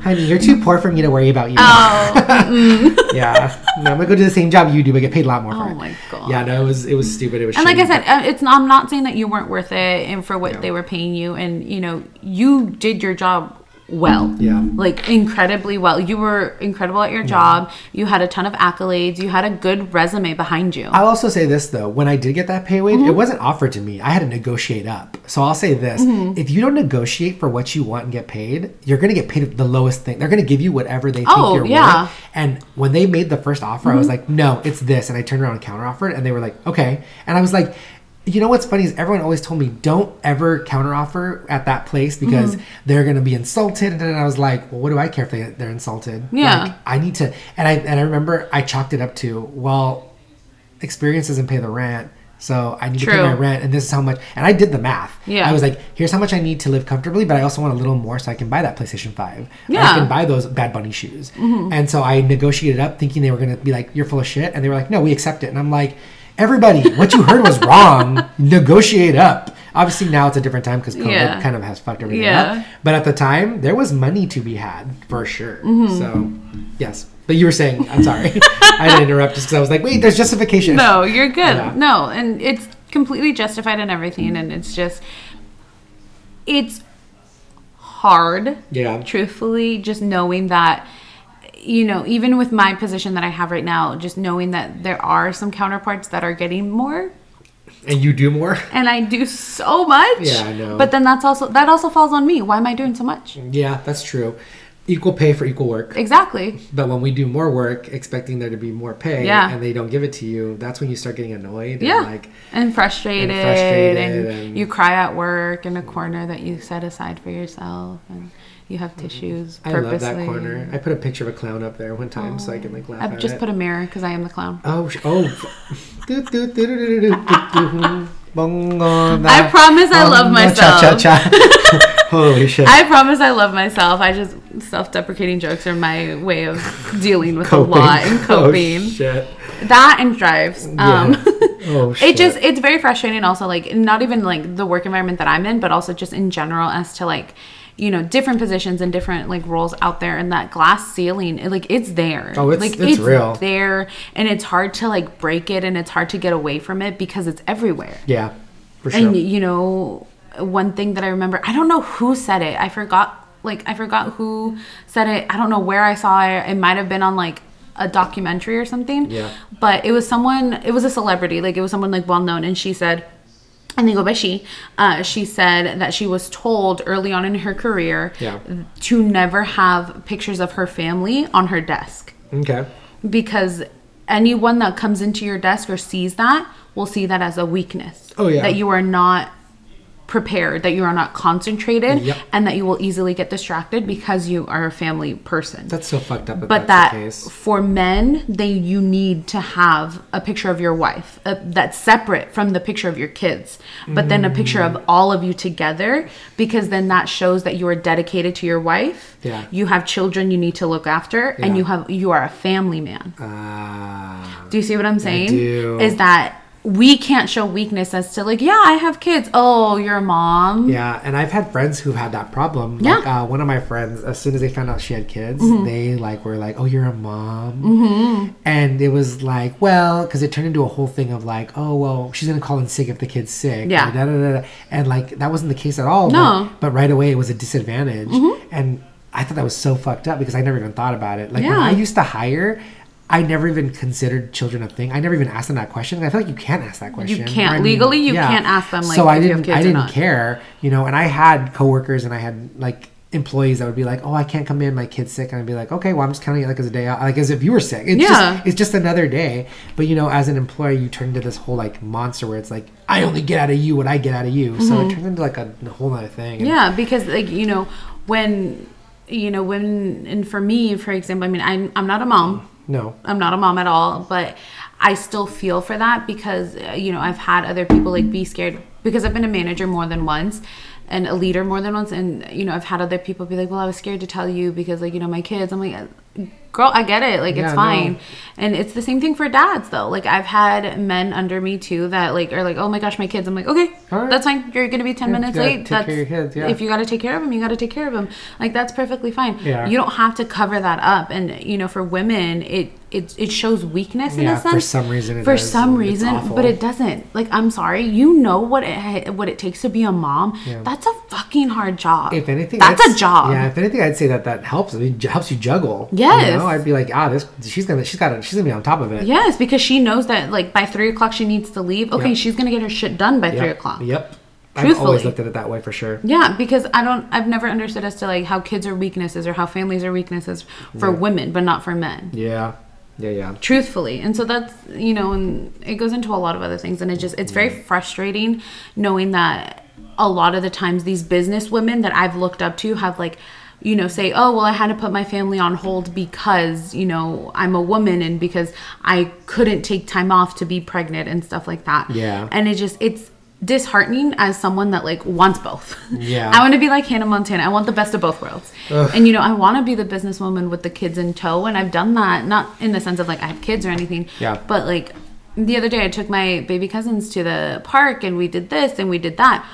Honey, you're too poor for me to worry about you. [laughs] oh, Yeah, No, I'm gonna go do the same job you do, but get paid a lot more for Oh it. my God. Yeah, no, it was it was stupid. It was and like I shitty. said, uh, it's not, I'm not saying that you weren't worth it and for what they were paying you, and you know, you did your job well. Yeah. Like incredibly well. You were incredible at your job. You had a ton of accolades. You had a good resume behind you. I'll also say this though: when I did get that pay wage, Mm-hmm. it wasn't offered to me. I had to negotiate up. So I'll say this: Mm-hmm. if you don't negotiate for what you want and get paid, you're going to get paid the lowest thing. They're going to give you whatever they think Oh, you're yeah. Mm-hmm. worth. And when they made the first offer, I was like, "No, it's this," and I turned around and counteroffered, and they were like, "Okay," and I was like. You know what's funny is everyone always told me don't ever counteroffer at that place because Mm-hmm. they're gonna be insulted, and then I was like, well, what do I care if they, they're insulted? Yeah. Like, I need to, and I and I remember I chalked it up to well, experience doesn't pay the rent so i need to pay True. my rent and this is how much and i did the math Yeah. i was like here's how much i need to live comfortably but i also want a little more so i can buy that playstation 5 Or Yeah. Mm-hmm. i can buy those bad bunny shoes and so i negotiated up thinking they were going to be like you're full of shit and they were like no we accept it and i'm like everybody what you heard [laughs] was wrong negotiate up obviously now it's a different time because covid Yeah. kind of has fucked everything Yeah. up but at the time there was money to be had for sure Mm-hmm. so yes but you were saying i'm sorry [laughs] i didn't interrupt just because i was like wait there's [laughs] justification No, you're good. Yeah. No, and it's completely justified and everything. And it's just, it's hard, Yeah. truthfully, just knowing that, you know, even with my position that I have right now, just knowing that there are some counterparts that are getting more. And you do more? [laughs] And I do so much. Yeah, I know. But then that's also, that also falls on me. Why am I doing so much? Yeah, that's true. Equal pay for equal work. Exactly. But when we do more work, expecting there to be more pay, Yeah. and they don't give it to you, that's when you start getting annoyed. Yeah. And like, and frustrated. And, frustrated and- you cry at work in a corner that you set aside for yourself. And you have tissues I purposely. love that corner. I put a picture of a clown up there one time so I can like laugh I've at just it. put a mirror because I am the clown. oh, sh- oh. [laughs] Do, do, do, do, do, do, do, do, [laughs] do. Bongo da- I promise I love bongo Cha, cha, myself. cha. [laughs] Holy shit. I promise I love myself. I just self deprecating jokes are my way of dealing with a lot and coping. [laughs] Oh, shit. that and drives. Um, [laughs] Yeah. Oh, shit. it just it's very frustrating also like not even like the work environment that i'm in but also just in general as to like you know different positions and different like roles out there and that glass ceiling it, like it's there Oh, it's- like it's real. there and it's hard to like break it and it's hard to get away from it because it's everywhere Yeah, for sure. and you know, one thing that I remember, I don't know who said it. I forgot, like, I forgot who said it. I don't know where I saw it. It might have been on like a documentary or something. Yeah. But it was someone, it was a celebrity, like, it was someone like well known. And she said, and they go by she. Uh, she said that she was told early on in her career Yeah. to never have pictures of her family on her desk okay. because anyone that comes into your desk or sees that will see that as a weakness. Oh, yeah. That you are not prepared, that you are not concentrated, Yep. and that you will easily get distracted because you are a family person. That's so fucked up. That but that's the that case. for men, they you need to have a picture of your wife uh that's separate from the picture of your kids, but then a picture Mm. of all of you together because then that shows that you are dedicated to your wife. Yeah. You have children you need to look after, and Yeah. you have you are a family man. Ah. Do you see what I'm saying? do. Is that we can't show weakness as to like, yeah, I have kids. Oh, your mom. Yeah, and I've had friends who've had that problem. Yeah. Mm-hmm. Like, uh, one of my friends, as soon as they found out she had kids, they like were like, "Oh, you're a mom," and it was like, well, because it turned into a whole thing of like, "Oh, well, she's gonna call in sick if the kid's sick." Yeah. or da, da, da, da. and like that wasn't the case at all. No. Mm-hmm. but, but right away it was a disadvantage, and I thought that was so fucked up because I never even thought about it. Like when Yeah. I used to hire. I never even considered children a thing. I never even asked them that question. I feel like you can't ask that question. or can't. I mean, Legally, you can't ask them, like, so I if you have didn't. kids I or didn't not. care, you know. And I had coworkers and I had like employees that would be like, "Oh, I can't come in. My kid's sick," and I'd be like, "Okay, well, I'm just counting it like as a day out, like as if you were sick. It's Yeah. just, it's just another day." But you know, as an employer, you turn into this whole like monster where it's like, "I only get out of you what I get out of you." So it turns into like a, whole other thing. And Mm-hmm. Yeah, because like you know when you know when and for me, for example, I mean I'm I'm not a mom. No. I'm not a mom at all, but I still feel for that because uh, you know I've had other people like be scared because I've been a manager more than once and a leader more than once and you know I've had other people be like, "Well, I was scared to tell you because like you know my kids." I'm like, "Girl, I get it. Like Yeah, it's no. fine." And it's the same thing for dads though. Like I've had men under me too that like are like, "Oh my gosh, my kids." I'm like, "Okay, All right. that's fine. You're going to be 10 Yeah, you minutes gotta late." take care that's of your kids, yeah. if you got to take care of them, you got to take care of them. Like that's perfectly fine. Yeah. You don't have to cover that up. And you know, for women, it it it shows weakness in Yeah, a for sense. some reason it for does, some and it's reason, awful. but it doesn't. Like I'm sorry, you know what it ha- what it takes to be a mom. That's a fucking hard job. If anything, that's, I'd s- a job. Yeah, if anything, I'd say that that helps. I mean, j- helps you juggle. Yes. you know, I'd be like, ah, this she's gonna she's got she's gonna be on top of it. Yes, because she knows that like by three o'clock she needs to leave. Okay, Yep. she's gonna get her shit done by Yep. three o'clock. Yep. I've Truthfully. always looked at it that way for sure. Yeah, because I don't. I've never understood as to like how kids are weaknesses or how families are weaknesses for women, but not for men. Yeah. Yeah, yeah. truthfully and so that's you know and it goes into a lot of other things and it just it's very frustrating knowing that a lot of the times these business women that i've looked up to have like you know say oh well i had to put my family on hold because you know i'm a woman and because i couldn't take time off to be pregnant and stuff like that Yeah. and it just it's disheartening as someone that like wants both Yeah. [laughs] i want to be like hannah montana i want the best of both worlds and you know i want to be the businesswoman with the kids in tow and i've done that not in the sense of like i have kids or anything Yeah. but like the other day i took my baby cousins to the park and we did this and we did that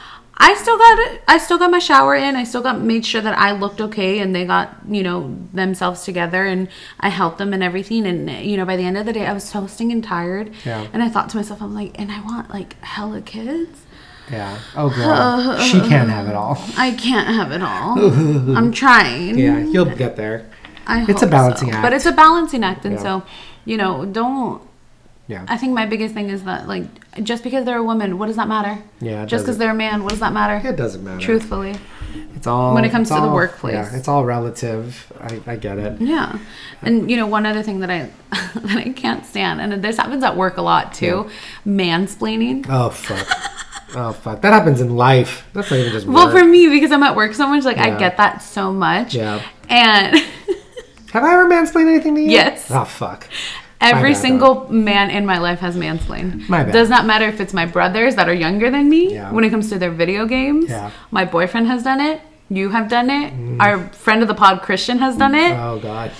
i still got it i still got my shower in i still got made sure that i looked okay and they got you know themselves together and i helped them and everything and you know by the end of the day i was toasting and tired Yeah. and i thought to myself i'm like and i want like hella kids Yeah. Oh girl. she can't have it all. I can't have it [laughs] all. I'm trying. Yeah, you'll get there. I It's a hope balancing so. act. But it's a balancing act. And Yeah. so, you know, don't. Yeah. I think my biggest thing is that, like, just because they're a woman, what does that matter? Yeah, it Just because doesn't. they're a man, what does that matter? It doesn't matter. Truthfully. It's all When it comes it's to the all- workplace. Yeah, it's all relative. I, I get it. Yeah. And you know, one other thing that I [laughs] that I can't stand, and this happens at work a lot too, mansplaining. Oh fuck. oh fuck. That happens in life. That's not even just work. Well, for me, because I'm at work so much, like I Yeah. get that so much. Yeah. And [laughs] have I ever mansplained anything to you? Yes. Oh fuck. Every bad, though. single man in my life has mansplained. My bad. Does not matter if it's my brothers that are younger than me Yeah. when it comes to their video games. Yeah. Mm. My boyfriend has done it. You have done it. Our friend of the pod, Christian, has done it. Oh god.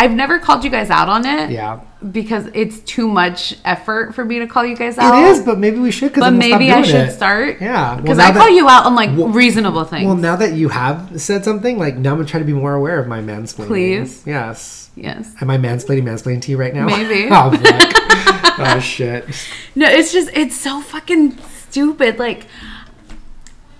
I've never called you guys out on it. Yeah. Because it's too much effort for me to call you guys It out. is, but maybe we should. Cause But I'm gonna stop maybe I doing should it. start. Yeah. Well, Because now I that- call you out on like Well- reasonable things. Well, now that you have said something, like now I'm gonna try to be more aware of my mansplaining. Please. Yes. yes. Am I mansplaining mansplaining to you right now? Maybe. [laughs] oh fuck. oh shit. No, it's just it's so fucking stupid. Like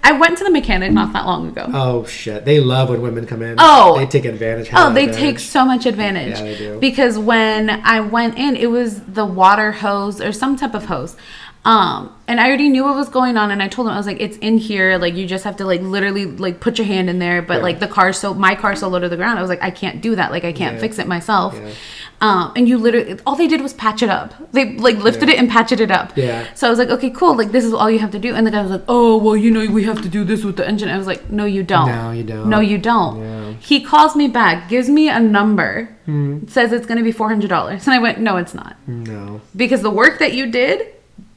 I went to the mechanic not that long ago. Oh shit. They love when women come in. Oh. They take advantage. Oh, have they advantage. take so much advantage. Yeah, they do. Because when I went in, it was the water hose or some type of hose. Um, and I already knew what was going on and I told them I was like, It's in here, like you just have to like literally like put your hand in there, but Yeah. like the car so my car's so low to the ground, I was like, I can't do that, like I can't Yeah. fix it myself. Yeah. Um, and you literally all they did was patch it up. They like lifted Yeah. it and patched it up. Yeah. So I was like, Okay, cool, like this is all you have to do and the guy was like, Oh, well, you know, we have to do this with the engine. I was like, No, you don't. No, you don't. No, you don't. Yeah. He calls me back, gives me a number, says it's going to be four hundred dollars, and I went, "No, it's not," No. because the work that you did,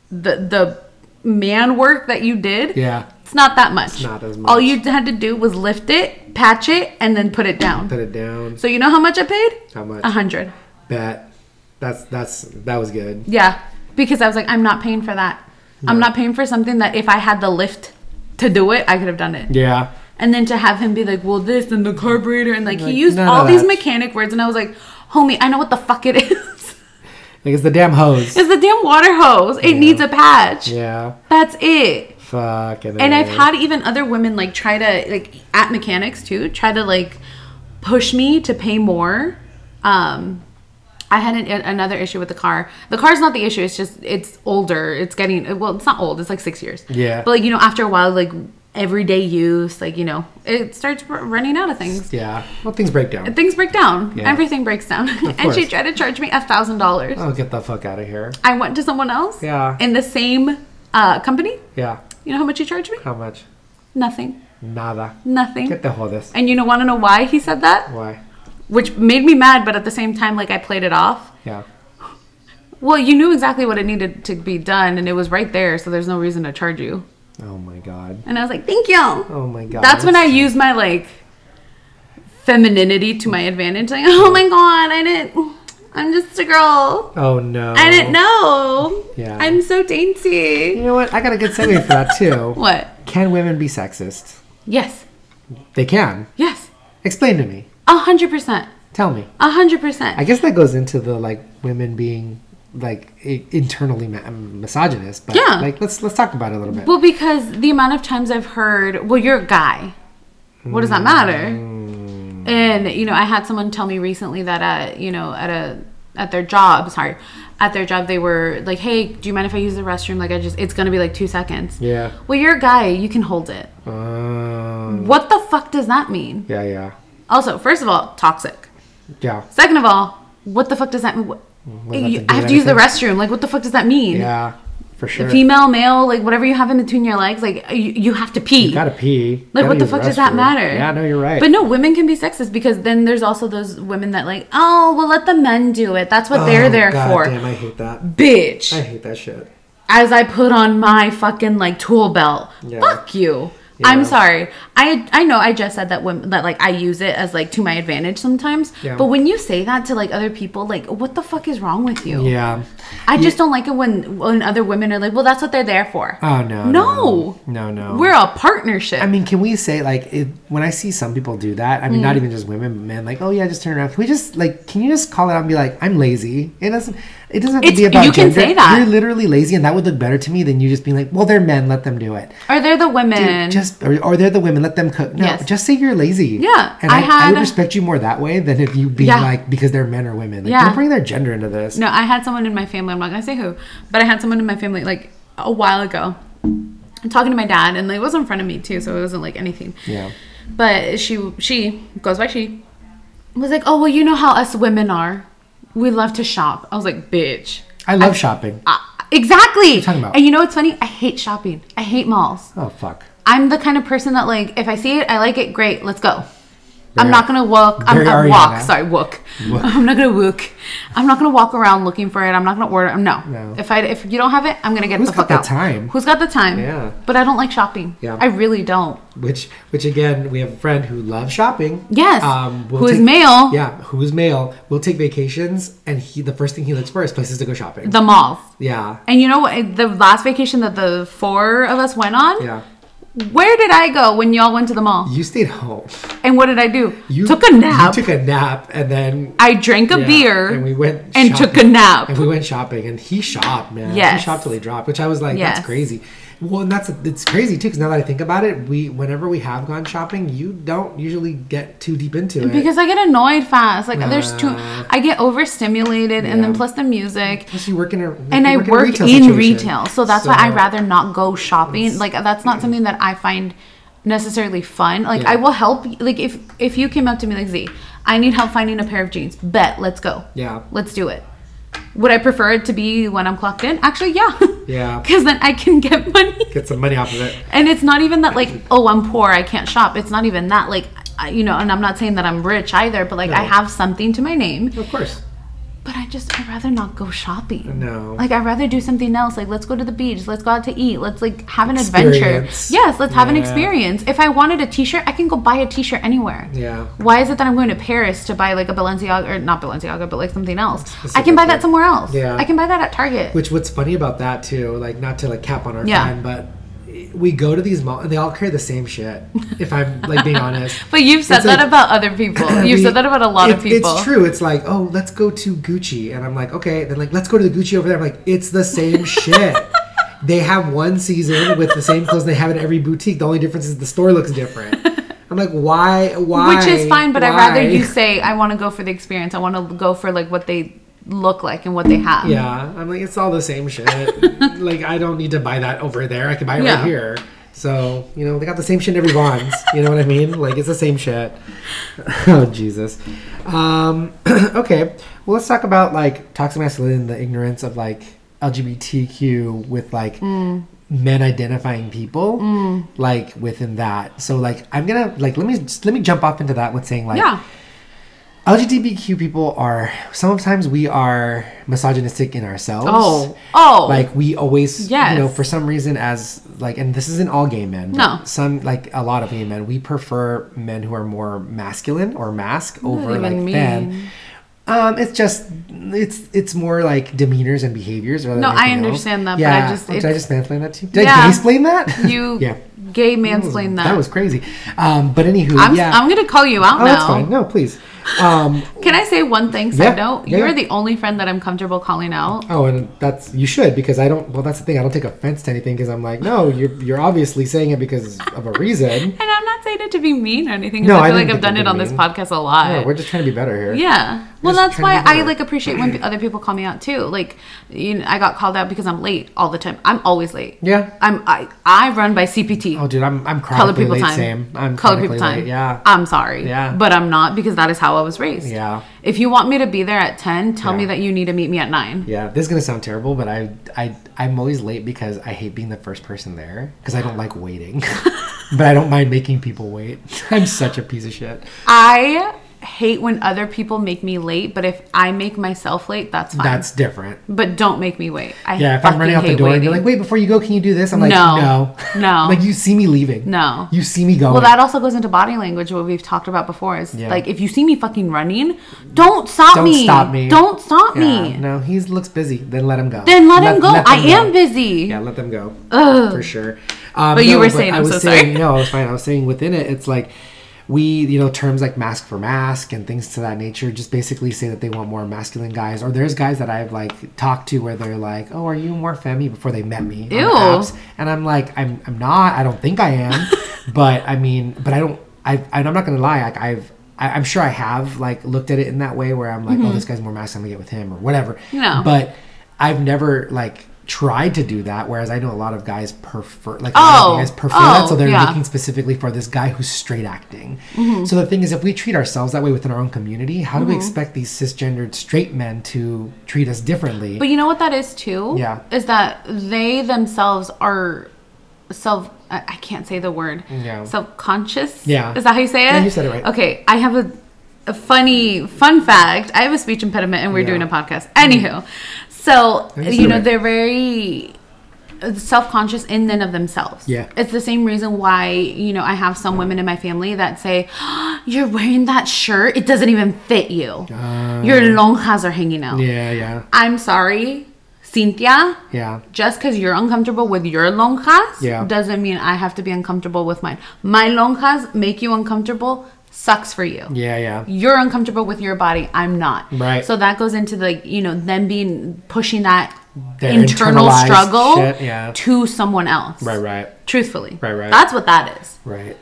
the the man work that you did, Yeah. it's not that much. not as All much. you had to do was lift it, patch it, and then put it down. Put it down. So you know how much I paid? How much? A hundred. Bet. That's that's that was good. Yeah, because I was like, I'm not paying for that. I'm not paying for something that if I had the lift to do it, I could have done it. Yeah. And then to have him be like, well, this and the carburetor, and like he Like, used none all of these that. mechanic words, and I was like, homie, I know what the fuck it [laughs] is. Like it's the damn hose. it's the damn water hose. It needs a patch. yeah. That's it. Fuck. And I've had even other women like try to like at mechanics too, try to like push me to pay more. Um I had an, another issue with the car. The car's not the issue. It's just it's older. It's getting well. It's not old. It's like six years. Yeah. But like you know, after a while, like everyday use, like you know, it starts r- running out of things. Yeah. Well, things break down. Things break down. Yeah. Everything breaks down. [laughs] and she course. tried to charge me a thousand dollars. Oh, get the fuck out of here. I went to someone else. Yeah. In the same uh, company. Yeah. You know how much he charged me? How much? Nothing. Nada. Nothing. Get the jodes. And you know, want to know why he said that? Why? Which made me mad, but at the same time, like I played it off. Yeah. Well, you knew exactly what it needed to be done, and it was right there, so there's no reason to charge you. Oh my god. And I was like, thank you. Oh my god. That's when I used my like femininity to my advantage. Like, [laughs] oh my god, I didn't. I'm just a girl. Oh no. I didn't know. Oh. Yeah. I'm so You dainty. know what? I got a good segue for that too. [laughs] What? Can women be sexist? Yes. They can. Yes. Explain to me. A hundred percent. Tell me. A hundred percent. I guess that goes into the like women being like i- internally ma- misogynist, but Yeah. like let's let's talk about it a little bit. Well, because the amount of times I've heard, well, you're a guy. What does that Mm. matter? And you know, I had someone tell me recently that at you know at a at their job, sorry, at their job they were like, hey, do you mind if I use the restroom? Like I just, it's gonna be like two seconds. Yeah. Well, you're a guy. You can hold it. Um, What the fuck does that mean? yeah, yeah, Also, first of all, toxic. yeah. Second of all, what the fuck does that mean? What- does that you- have to I do have with to use the restroom. Like, what the fuck does that mean? Yeah, for sure. Female, male, like whatever you have in between your legs, like you, you have to pee. gotta pee. Like, Gotta what the use fuck does that restroom. matter? Yeah, no, you're right. But no, women can be sexist because then there's also those women that like, oh, well, let the men do it. That's what they're Oh, there God for, Damn, I hate that. bitch. I hate that shit. As I put on my fucking like tool belt, Yeah. fuck you. I'm Yeah. sorry. I I know I just said that women that like I use it as like to my advantage sometimes. Yeah. But when you say that to like other people, like what the fuck is wrong with you? Yeah. I just don't like it when when other women are like, well, that's what they're there for. Oh no. no. No, no. We're a partnership. I mean, can we say like it, when I see some people do that? I mean, Mm. not even just women, but men. Like, oh yeah, just turn around. Can we just like, can you just call it out and be like, I'm lazy? It doesn't. It doesn't have to It's- be about you can gender. say that. You're literally lazy, and that would look better to me than you just being like, well, they're men, let them do it. are there the women? Just or, or they're the women, let them cook. No, Yes. just say you're lazy. Yeah, and I I, I, had- would respect you more that way than if you being Yeah. like because they're men or women. Like, Yeah. don't bring their gender into this. No, I had someone in my family. I'm not gonna say who, but I had someone in my family like a while ago. I'm talking to my dad, and like, it was in front of me too, so it wasn't like anything. Yeah. But she she goes by she was like, oh well, you know how us women are. We love to shop. I was like, bitch. I love shopping. Ah, exactly. talking about? And you know what's funny? I hate shopping. I hate malls. Oh fuck. I'm the kind of person that like if I see it, I like it, great, let's go. I'm Very- not gonna walk. I'm very gonna walk. Ariana. Sorry, walk. [laughs] I'm not gonna walk. I'm not gonna walk around looking for it. I'm not gonna order. No. No. If I if you don't have it, I'm gonna get Who's the fuck got out. the time? Who's got the time? Yeah. But I don't like shopping. Yeah. I really don't. which which again we have a friend who loves shopping Um, Yes, we'll who is male. yeah who is male we'll take vacations and he the first thing he looks for is places to go shopping The malls. yeah And you know what? eh, The last vacation that the four of us went on. yeah Where did I go when y'all went to the mall? you stayed home And what did I do? you took a nap. you took a nap and then I drank a yeah, beer and we went and shopping. took a nap. and we went shopping and he shopped man Yes. he shopped till he dropped which i was like Yes. that's crazy well and that's it's crazy too because now that i think about it we whenever we have gone shopping you don't usually get too deep into it because I get annoyed fast. Like there's too, Uh, I get overstimulated, and then yeah. plus the music, Plus you work in a and I you work retail in situation. retail, so that's why I So- rather not go shopping. Like that's not something that I find necessarily fun. Like I Yeah. will help. y- Like if if you came up to me like Z, I need help finding a pair of jeans. Bet, let's go. Yeah. let's do it. Would I prefer it to be when I'm clocked in? Actually, yeah. [laughs] Yeah. Because then I can get money. get some money off of it. And it's not even that, like, oh, I'm poor, I can't shop. It's not even that, like, I, you know, and I'm not saying that I'm rich either, but like, I No. have something to my name. Of course. but I just I'd rather not go shopping. No. Like I'd rather do something else. Like let's go to the beach. Let's go out to eat. Let's like have an Experience. adventure. Yes, let's have an Yeah. experience. If I wanted a t-shirt, I can go buy a t-shirt anywhere. Yeah. Why is it that I'm going to Paris to buy like a Balenciaga or not Balenciaga, but like something else? I can buy that Specifically. somewhere else. Yeah. I can buy that at Target. Which what's funny about that too, like not to like cap on our Yeah. friend, but we go to these malls and they all carry the same shit. If I'm like being [laughs] honest. but you've said It's that like- about other people. [coughs] You've We- said that about a lot of it- people. It's true. It's like, oh, let's go to Gucci, and I'm like, okay. Then like, let's go to the Gucci over there. I'm like, it's the [laughs] same shit. They have one season with the same clothes. They have it in every boutique. The only difference is the store looks different. I'm like, why? Why? Which is fine, but I'd rather Why? you say I want to go for the experience. I want to go for like what they look like and what they have. Yeah, I'm like, it's all the same [laughs] shit. like, I don't need to buy that over there. I can buy it Yeah. right here. So you know, they got the same shit in every Vons. you know what I mean? Like, it's the same shit. [laughs] oh Jesus. Um, [clears throat] okay, well, let's talk about like toxic masculinity and the ignorance of like LGBTQ with like. Mm. men identifying people like within that so like i'm gonna like let me let me jump off into that with saying like Yeah. LGBTQ people are sometimes we are misogynistic in ourselves. Oh. Oh. Like we always, Yes. you know, for some reason, as like, and this isn't all gay men. but No. some like a lot of gay men, we prefer men who are more masculine or mask over even like mean. thin. Um, it's just it's it's more like demeanors and behaviors. rather No, than I anything else. understand that, but I Yeah. just- Oh, did I it's- just mansplain that too? Did Yeah. I explain that? [laughs] You [laughs] yeah. gay mansplain that. That was crazy. Um, but anywho, I'm, yeah. I'm gonna call you out now. oh, that's fine. No, please. Um, Can I say one thing? Yeah, Side note: yeah. You're the only friend that I'm comfortable calling out. Oh, and that's you should because I don't. Well, that's the thing. I don't take offense to anything because I'm like, no, you're you're obviously saying it because of a [laughs] reason. And I'm not saying it to be mean or anything. 'cause No, I I feel didn't like I've think done you're it on being this mean. podcast a lot. No, Oh, we're just trying to be better here. Yeah. Well, just that's trying why to be I better. like appreciate [clears throat] when other people call me out too. Like, you know, I got called out because I'm late all the time. I'm always late. Yeah. I'm I I run by CPT. Oh, dude, I'm I'm Color chronically people late. time. Same. I'm color people chronically time. Uh, late, Yeah. I'm sorry. Yeah. But I'm not because that is how I was raised. Yeah. If you want me to be there at ten, tell me Yeah. that you need to meet me at nine. yeah. This is gonna sound terrible, but I I I'm always late because I hate being the first person there because I don't [laughs] like waiting. [laughs] But I don't mind making people wait. [laughs] I'm such a piece of shit. I hate when other people make me late, but if I make myself late, that's fine. That's different. but don't make me wait. I Yeah, if I'm running out fucking hate the door and you're waiting. like, wait, before you go, can you do this? I'm like, No. no. No. [laughs] like, you see me leaving. No. You see me going. Well, that also goes into body language, what we've talked about before. Is Yeah. like if you see me fucking running, don't stop Don't me. stop me. Don't stop Yeah, me. no, he looks busy. Then let him go. Then let, him go. let I them am go. busy. Yeah, let them go. For sure. Um, But you no, were saying, I I'm was so sorry. saying, No, it's fine. I was saying within it, it's like we, you know, terms like mask for mask and things to that nature just basically say that they want more masculine guys. Or there's guys that I've like talked to where they're like, oh, are you more femmy before they met me? on the Ew. apps. And I'm like, I'm, I'm not. I don't think I [laughs] am. but I mean, but I don't, I, I'm not going to lie. Like, I've, I- I'm sure I have like looked at it in that way where I'm like, oh, this guy's more masculine. I'm gonna get with him or whatever. Mm-hmm. No. But I've never like tried to do that. Whereas I know a lot of guys prefer like Oh, oh, guys prefer oh, that, so they're yeah. Mm-hmm. looking specifically for this guy who's straight acting. So the thing is, if we treat ourselves that way within our own community, how do we expect these cisgendered straight men to treat us differently? But you know what that is too? Yeah. Is that they themselves are self I I can't say the word. Yeah. Self conscious. Yeah. Is that how you say it? Yeah, you said it right. Okay. I have a, a funny fun fact. I have a speech impediment and we're Yeah. Mm. doing a podcast. Anywho. So Yeah, you said you it know, right. they're very self-conscious in and of themselves Yeah. it's the same reason why you know i have some women in my family that say you're wearing that shirt it doesn't even fit you your lonjas are hanging out Uh. yeah, yeah, I'm sorry, Cynthia. yeah. Just because you're uncomfortable with your lonjas Yeah. doesn't mean I have to be uncomfortable with mine. My lonjas make you uncomfortable, sucks for you. Yeah, yeah. You're uncomfortable with your body. I'm not. Right. So that goes into like you know them being pushing that Their internal internalized struggle shit, yeah. to someone else. Right, right. Truthfully. Right, right. That's what that is. Right.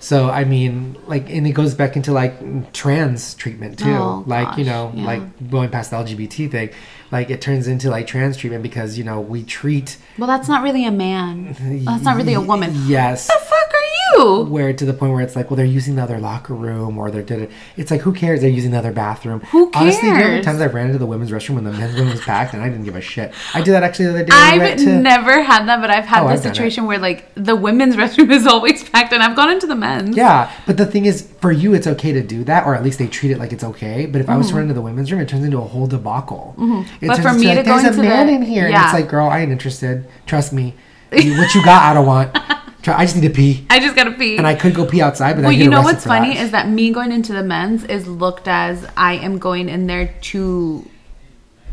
So I mean, like, and it goes back into like trans treatment too. Oh, like you gosh, know, yeah. like going past the LGBT thing, like it turns into like trans treatment because you know we treat. Well, that's Oh, not really a man. That's not really a woman. Yes. the fuck are you? true. where to the point where it's like, well, they're using the other locker room or they're did it. It's like, who cares? They're using the other bathroom. Who Honestly, do you know how many cares? times I ran into the women's restroom when the men's room was packed and I didn't give a shit. I did that actually the other day. I went I've to, never had that, but I've had Oh, the I've done it. situation where like the women's [laughs] restroom is always packed, and I've gone into the men's. yeah, but the thing is, for you, it's okay to do that, or at least they treat it like it's okay. But if I was to run into the women's room, it turns into a whole debacle. It Mm-hmm. But turns for into, me like, to go there's into a man the- in here, and yeah. it's like, girl, I ain't interested. Trust me, You- what you got, I don't want. Try- I just need to pee, I just gotta pee. and I could go pee outside, but well, I get you know arrested what's for that. funny is that me going into the men's is looked as I am going in there to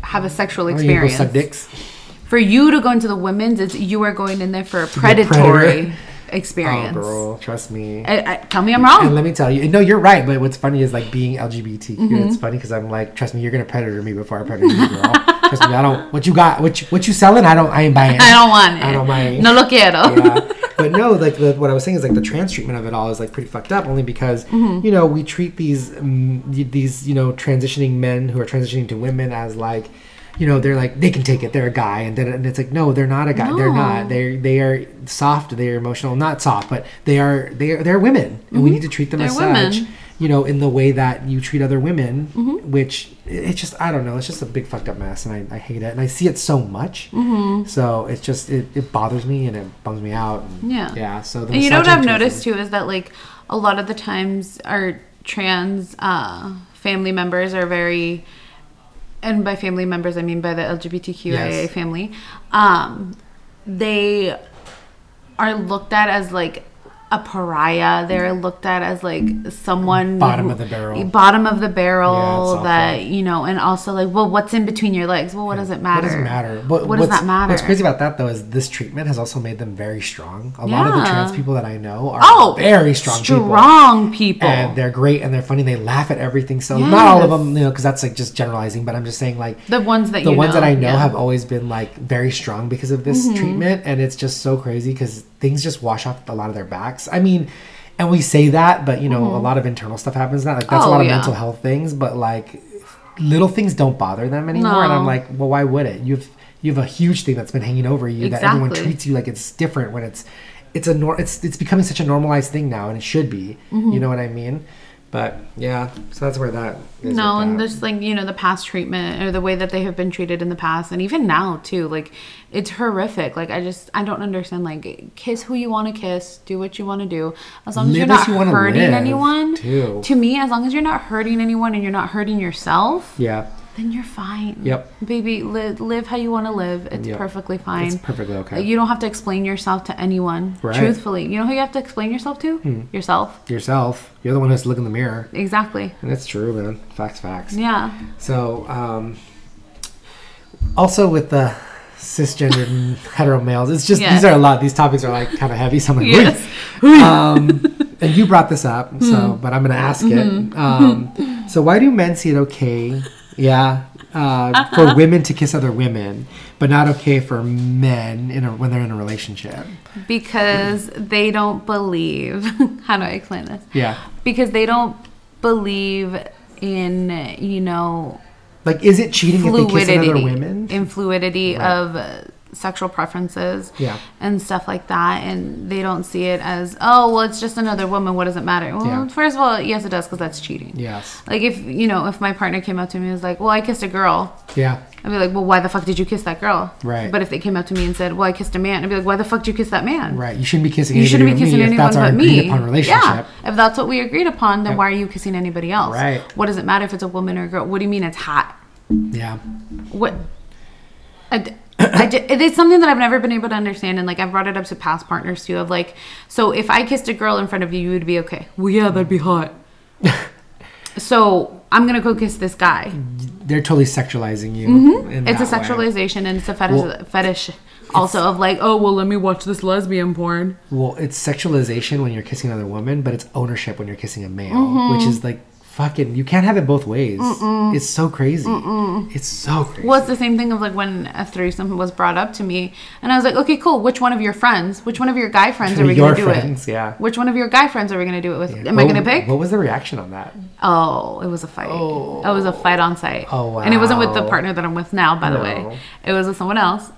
have a sexual Oh, you go experience. suck dicks. For you to go into the women's, it's you are going in there for a be a predatory [laughs] predator. experience. Oh, girl, trust me. I, I, tell me I'm wrong. And let me tell you, no, you're right. But what's funny is like being LGBTQ. Mm-hmm. It's funny because I'm like, trust me, you're gonna predator me before I predator you, girl. trust me, I don't. What you got? What you, what you selling? I don't. I ain't [laughs] buying. I don't want it. I don't mind. No lo quiero. [laughs] yeah. But no, like the, what I was saying is like the trans treatment of it all is like pretty fucked up. Only because Mm-hmm. you know we treat these um, y- these you know transitioning men who are transitioning to women as like you know they're like they can take it. They're a guy, and then and it's like no, they're not a guy. They're not. They they are soft. They are emotional. Not soft, but they are they are they're women, and we need to treat them Mm-hmm. They're as women. such. You know, in the way that you treat other women, Mm-hmm. which i- it's just I don't know. It's just a big fucked up mess, and I, I hate it, and I see it so much. Mm-hmm. So it's just it, it bothers me and it bums me out. and- Yeah. yeah. So the And you know what I've misogyny- noticed too is that like a lot of the times our trans uh, family members are very, and by family members I mean by the LGBTQIA Yes. family, um, they are looked at as like a pariah. They're looked at as like someone Bottom of the barrel. bottom of the Yeah, it's barrel awful. that you know, and also like, well, what's in between your legs? Well, what does it matter? What does it matter? What, What does what's- that matter? What's crazy about that though is this treatment has also made them very strong. A lot of the Yeah. trans people that I know are Oh, very strong, people. Strong people. And they're great and they're funny. They laugh at everything. So not all of Yes. them, you know, because that's like just generalizing. But I'm just saying like The ones that the you ones know, that I know yeah. Mm-hmm. have always been like very strong because of this treatment, and it's just so crazy because things just wash off a lot of their backs. I mean, and we say that, but you know, a lot of internal stuff happens. Not like that's a Mm-hmm. Oh, lot of yeah. mental health things, but like little things don't bother them anymore. And I'm No. like, well, why would it? You've you have a huge thing that's been hanging over you that everyone Exactly. treats you like it's different when it's it's a nor- it's it's becoming such a normalized thing now, and it should be. Mm-hmm. You know what I mean? But yeah, so that's where that is No, with and that. there's like, you know, the past treatment or the way that they have been treated in the past and even now too. Like it's horrific. Like I just I don't understand like kiss who you want to kiss, do what you want to do. As long as you're Live not as you wanna hurting live, anyone. too. To me, as long as you're not hurting anyone and you're not hurting yourself, yeah. then you're fine. Yep. Baby, li- live how you want to live. It's Yep. perfectly fine. It's perfectly okay. Like, you don't have to explain yourself to anyone. Right. Hmm. Truthfully. You know who you have to explain yourself to? Yourself. yourself. You're the one who has to look in the mirror. Exactly. And it's true, man. Facts, facts. Yeah. So, um, also with the cisgendered and [laughs] hetero males, it's just Yeah. these are a lot. These topics are like kind of heavy. So I'm like, Yes. [laughs] Mm-hmm. "Ooh." um, and you brought this up, so but I'm gonna ask it. Um, so why do men see it okay? Yeah. Uh, [laughs] for women to kiss other women, but not okay for men in a, when they're in a relationship. because they don't believe [laughs] how do i explain this Yeah, because they don't believe in you know like is it cheating if they kiss fluidity another women? in fluidity of uh, sexual preferences Yeah. and stuff like that and they don't see it as oh well it's just another woman what does it matter well Yeah. first of all yes it does because that's cheating Yes. like if you know if my partner came up to me and was like well i kissed a girl Yeah. I'd be like, well, why the fuck did you kiss that girl? Right. But if they came up to me and said, well, I kissed a man, I'd be like, why the fuck did you kiss that man? Right. You shouldn't be kissing. You shouldn't be anybody kissing but me if anyone that's but our agreed me. Upon relationship. Yeah. If that's what we agreed upon, then why are you kissing anybody else? Right. What does it matter if it's a woman or a girl? What do you mean it's hot? Yeah. What? I d I d it's something that I've never been able to understand, and like I've brought it up to past partners too. Of like, so if I kissed a girl in front of you, you would be okay. Well, yeah, that'd be [laughs] hot. so I'm gonna go kiss this guy. They're totally sexualizing you. in Mm-hmm. It's a that way. sexualization and it's a fetish, Well, fetish also of like, oh well, let me watch this lesbian porn. Well, it's sexualization when you're kissing another woman, but it's ownership when you're kissing a male, Mm-hmm. which is like fucking. You can't have it both ways. It's so crazy. It's so crazy. Well, it's the same thing of like when a threesome was brought up to me, and I was like, okay, cool. Which one of your friends? Which one of your guy friends are we Your gonna do friends, it? yeah. Oh. Which one of your guy friends are we gonna do it with? Am I What- gonna pick? What was the reaction on that? Oh, it was a fight. Oh. It was a fight on site. Oh, And it wasn't with the wow. partner that I'm with now, by the No. way. It was with someone [laughs] [laughs] else.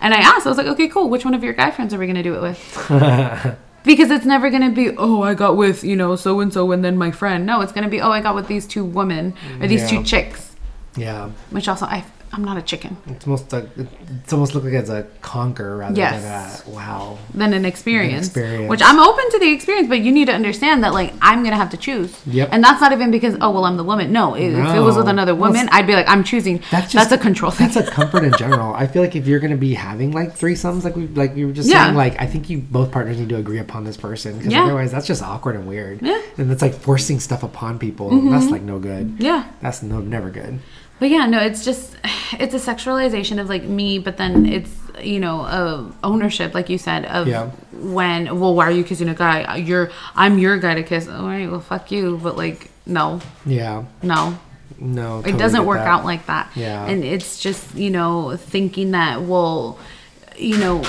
and I asked, I was like, okay, cool. Which one of your guy friends are we gonna do it with? because it's never going to be oh i got with you know so and so and then my friend no it's going to be oh i got with these two women or these Yeah. two chicks Yeah, which also i i'm not a chicken it's almost like it's almost look like it's a conquer rather Yes. than a wow. than an experience, experience. which i'm open to the experience but you need to understand that like i'm gonna have to choose Yep. and that's not even because oh well i'm the woman no if it was with No. another Well, woman i'd be like i'm choosing that's, That's just a control thing That's a comfort in general. I feel like if you're gonna be having like threesomes, like we like we were just Yeah. saying, like I think you both partners need to agree upon this person because Yeah. otherwise that's just awkward and weird. Yeah. Mm-hmm. and that's like forcing stuff upon people. That's like no good. [laughs] yeah That's no never good. But yeah, no, it's just [sighs] it's a sexualization of like me, but then it's you know uh, ownership, like you said, of Yeah. when well, why are you kissing a guy? You're I'm your guy to kiss. All right, well, fuck you. But like, no, Yeah, no, no, it doesn't work out like that. Yeah. and it's just you know thinking that well, you know,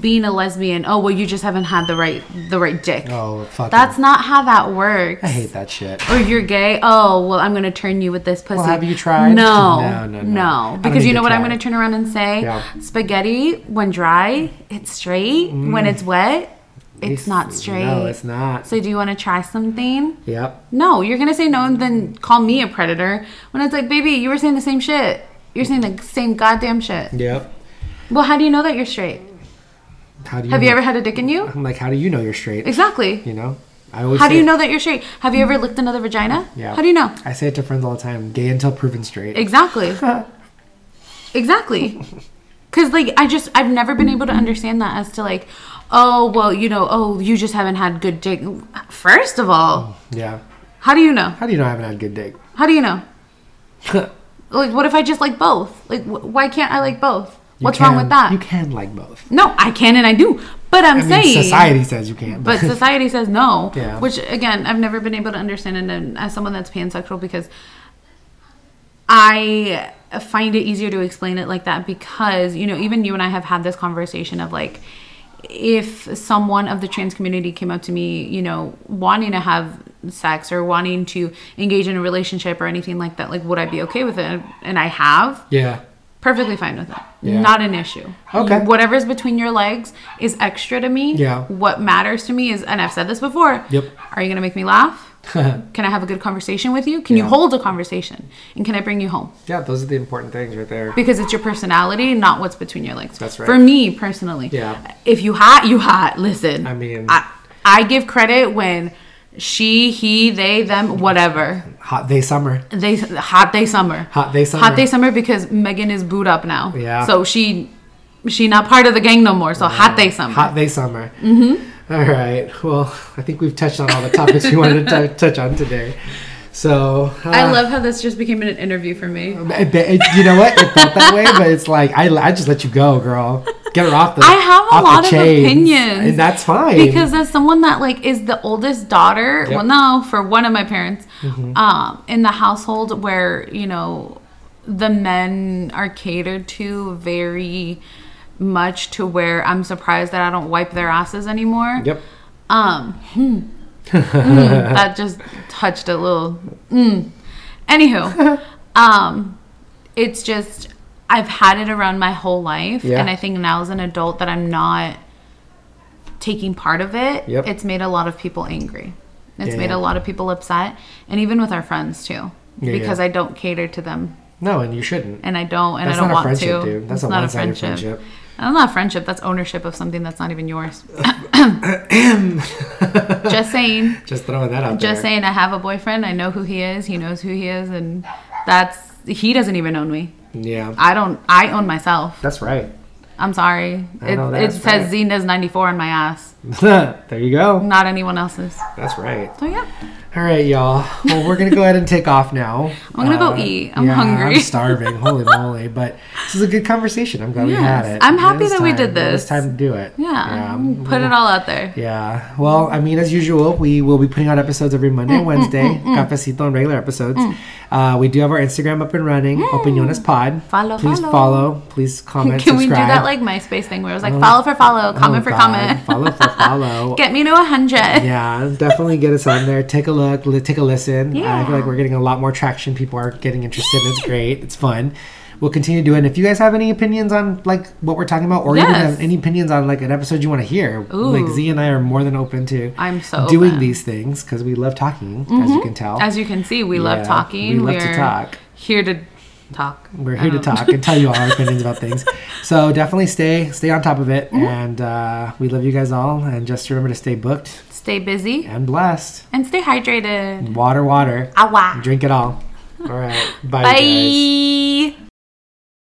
being a lesbian. Oh well, you just haven't had the right the right dick. Oh, fuck. That's not how that works I hate that shit. or you're gay. Oh, well, I'm going to turn you with this pussy. have you tried? No, no, [laughs] no, No, no, no. I don't Because you need know to what I'm try. going to turn around and say? Yeah. Spaghetti, when dry, it's straight. When it's wet, it's not straight. Mm. No, it's not. So do you want to try something? Yep. No, you're going to say no and then call me a predator when it's like, baby, you were saying the same shit. You're saying the same goddamn shit. Yep. Well, how do you know that you're straight? How do you? Have you know- ever had a dick in you? I'm like, how do you know you're straight? Exactly. You know, I always. How say do you it- know that you're straight? Have you ever licked another vagina? Yeah. How do you know? I say it to friends all the time. Gay until proven straight. [laughs] Exactly. exactly. Cause like I just I've never been able to understand that as to like, oh well, you know, oh you just haven't had good dick. First of all, yeah. how do you know? How do you know I haven't had good dick? How do you know? [laughs] You Like, what if I just like both? Like, wh- why can't I like both? What's wrong with can- that? You can like both. no, I can and I do, but I'm I mean, saying society says you can, [laughs] but but, society says no. Yeah. Which again, I've never been able to understand, and then as someone that's pansexual, because I find it easier to explain it like that because you know even you and I have had this conversation of like if someone of the trans community came up to me you know wanting to have sex or wanting to engage in a relationship or anything like that like would I be okay with it and I have yeah, [laughs] perfectly fine with it. Yeah. Not an issue. Okay. You- whatever's between your legs is extra to me. Yeah. What matters to me is, and I've said this before. Yep. Are you gonna make me laugh? [laughs] can I have a good conversation with you? Can you Yeah. hold a conversation? And can I bring you home? yeah, those are the important things right there. Because it's your personality, not what's between your legs. That's right. For me personally. Yeah. If you hot, you hot. Listen. I mean- I, I give credit when she, he, they, them, whatever. Hot day summer. They hot day summer. Hot day summer. Hot day summer because Megan is booed up now. Yeah. So she she not part of the gang no more. So hot day summer. Hot day summer. Mm-hmm. right. Well, I think we've touched on all the topics we wanted to t- touch on today. So uh, I love how this just became an interview for me. It, it- you know what? It felt that way, but it's like I, I just let you go, girl. Get her off the. I have a off the lot of chains. opinions. and that's fine. Because as someone that like is the oldest daughter, well, no, for one of my parents, Mm-hmm. um, in the household where you know the men are catered to very much to where I'm surprised that I don't wipe their asses anymore. yep. Um, hmm. Mm, that just touched a little. Mm. Anywho, [laughs] um, it's just I've had it around my whole life, Yeah. and I think now as an adult that I'm not taking part of it. Yep. It's made a lot of people angry. It's Yeah, made yeah. a lot of people upset, and even with our friends too, Yeah, because yeah. I don't cater to them, No, and you shouldn't. and I don't, and That's I don't not a want friendship, to. dude. That's It's a not a one-sided friendship. friendship. That's not friendship. That's ownership of something that's not even [coughs] yours. Just saying. Just throwing that out Just there. saying, I have a boyfriend. I know who he is. He knows who he is, and that's he doesn't even own me. Yeah. I don't. I own myself. That's right. [laughs] I'm sorry. I It, know it that's says right. Zena's 94 on my ass, there you go. not anyone else's. That's right. So yeah, All right, y'all. Well, we're gonna go ahead and take off now. [laughs] Uh, I'm gonna go eat. I'm yeah, hungry. I'm [laughs] starving. Holy moly! But this is a good conversation. I'm glad we had Yes. it. I'm It happy was that we time. did It was this. time to do it. yeah, um, Yeah. put it all out [laughs] there. Yeah. Well, I mean, as usual, we will be putting out episodes every Monday Mm, and Wednesday, cafecito and regular episodes. Uh, we do have our Instagram up and running, Opiniones Pod. Mm. Follow, Please follow. follow. [laughs] Please comment. Can we do subscribe. that like MySpace thing where it was like follow for follow, comment Oh, for God. comment, Follow for follow. [laughs] get me to a hundred? yeah, definitely get us on there. Take a look, li- take a listen. I Yeah. feel like we're getting a lot more traction. People are getting interested. and It's great. It's fun. We'll continue to do it. And if you guys have any opinions on like what we're talking about, or even Yes. have any opinions on like an episode you want to hear, like Ooh. Z and I are more than open to I'm so doing open. Mm-hmm. these things because we love talking, as you can tell. As you can see, we Yeah, love talking. we love to talk. Here to talk. Um, we're I here to don't know. talk and tell you all our opinions about things. So definitely stay stay on top of it, Mm-hmm. and uh, we love you guys all. And just remember to stay booked [laughs] Stay busy and blessed. and stay hydrated. Water, water. Awa. Drink it all. All right. Bye. Bye. Guys.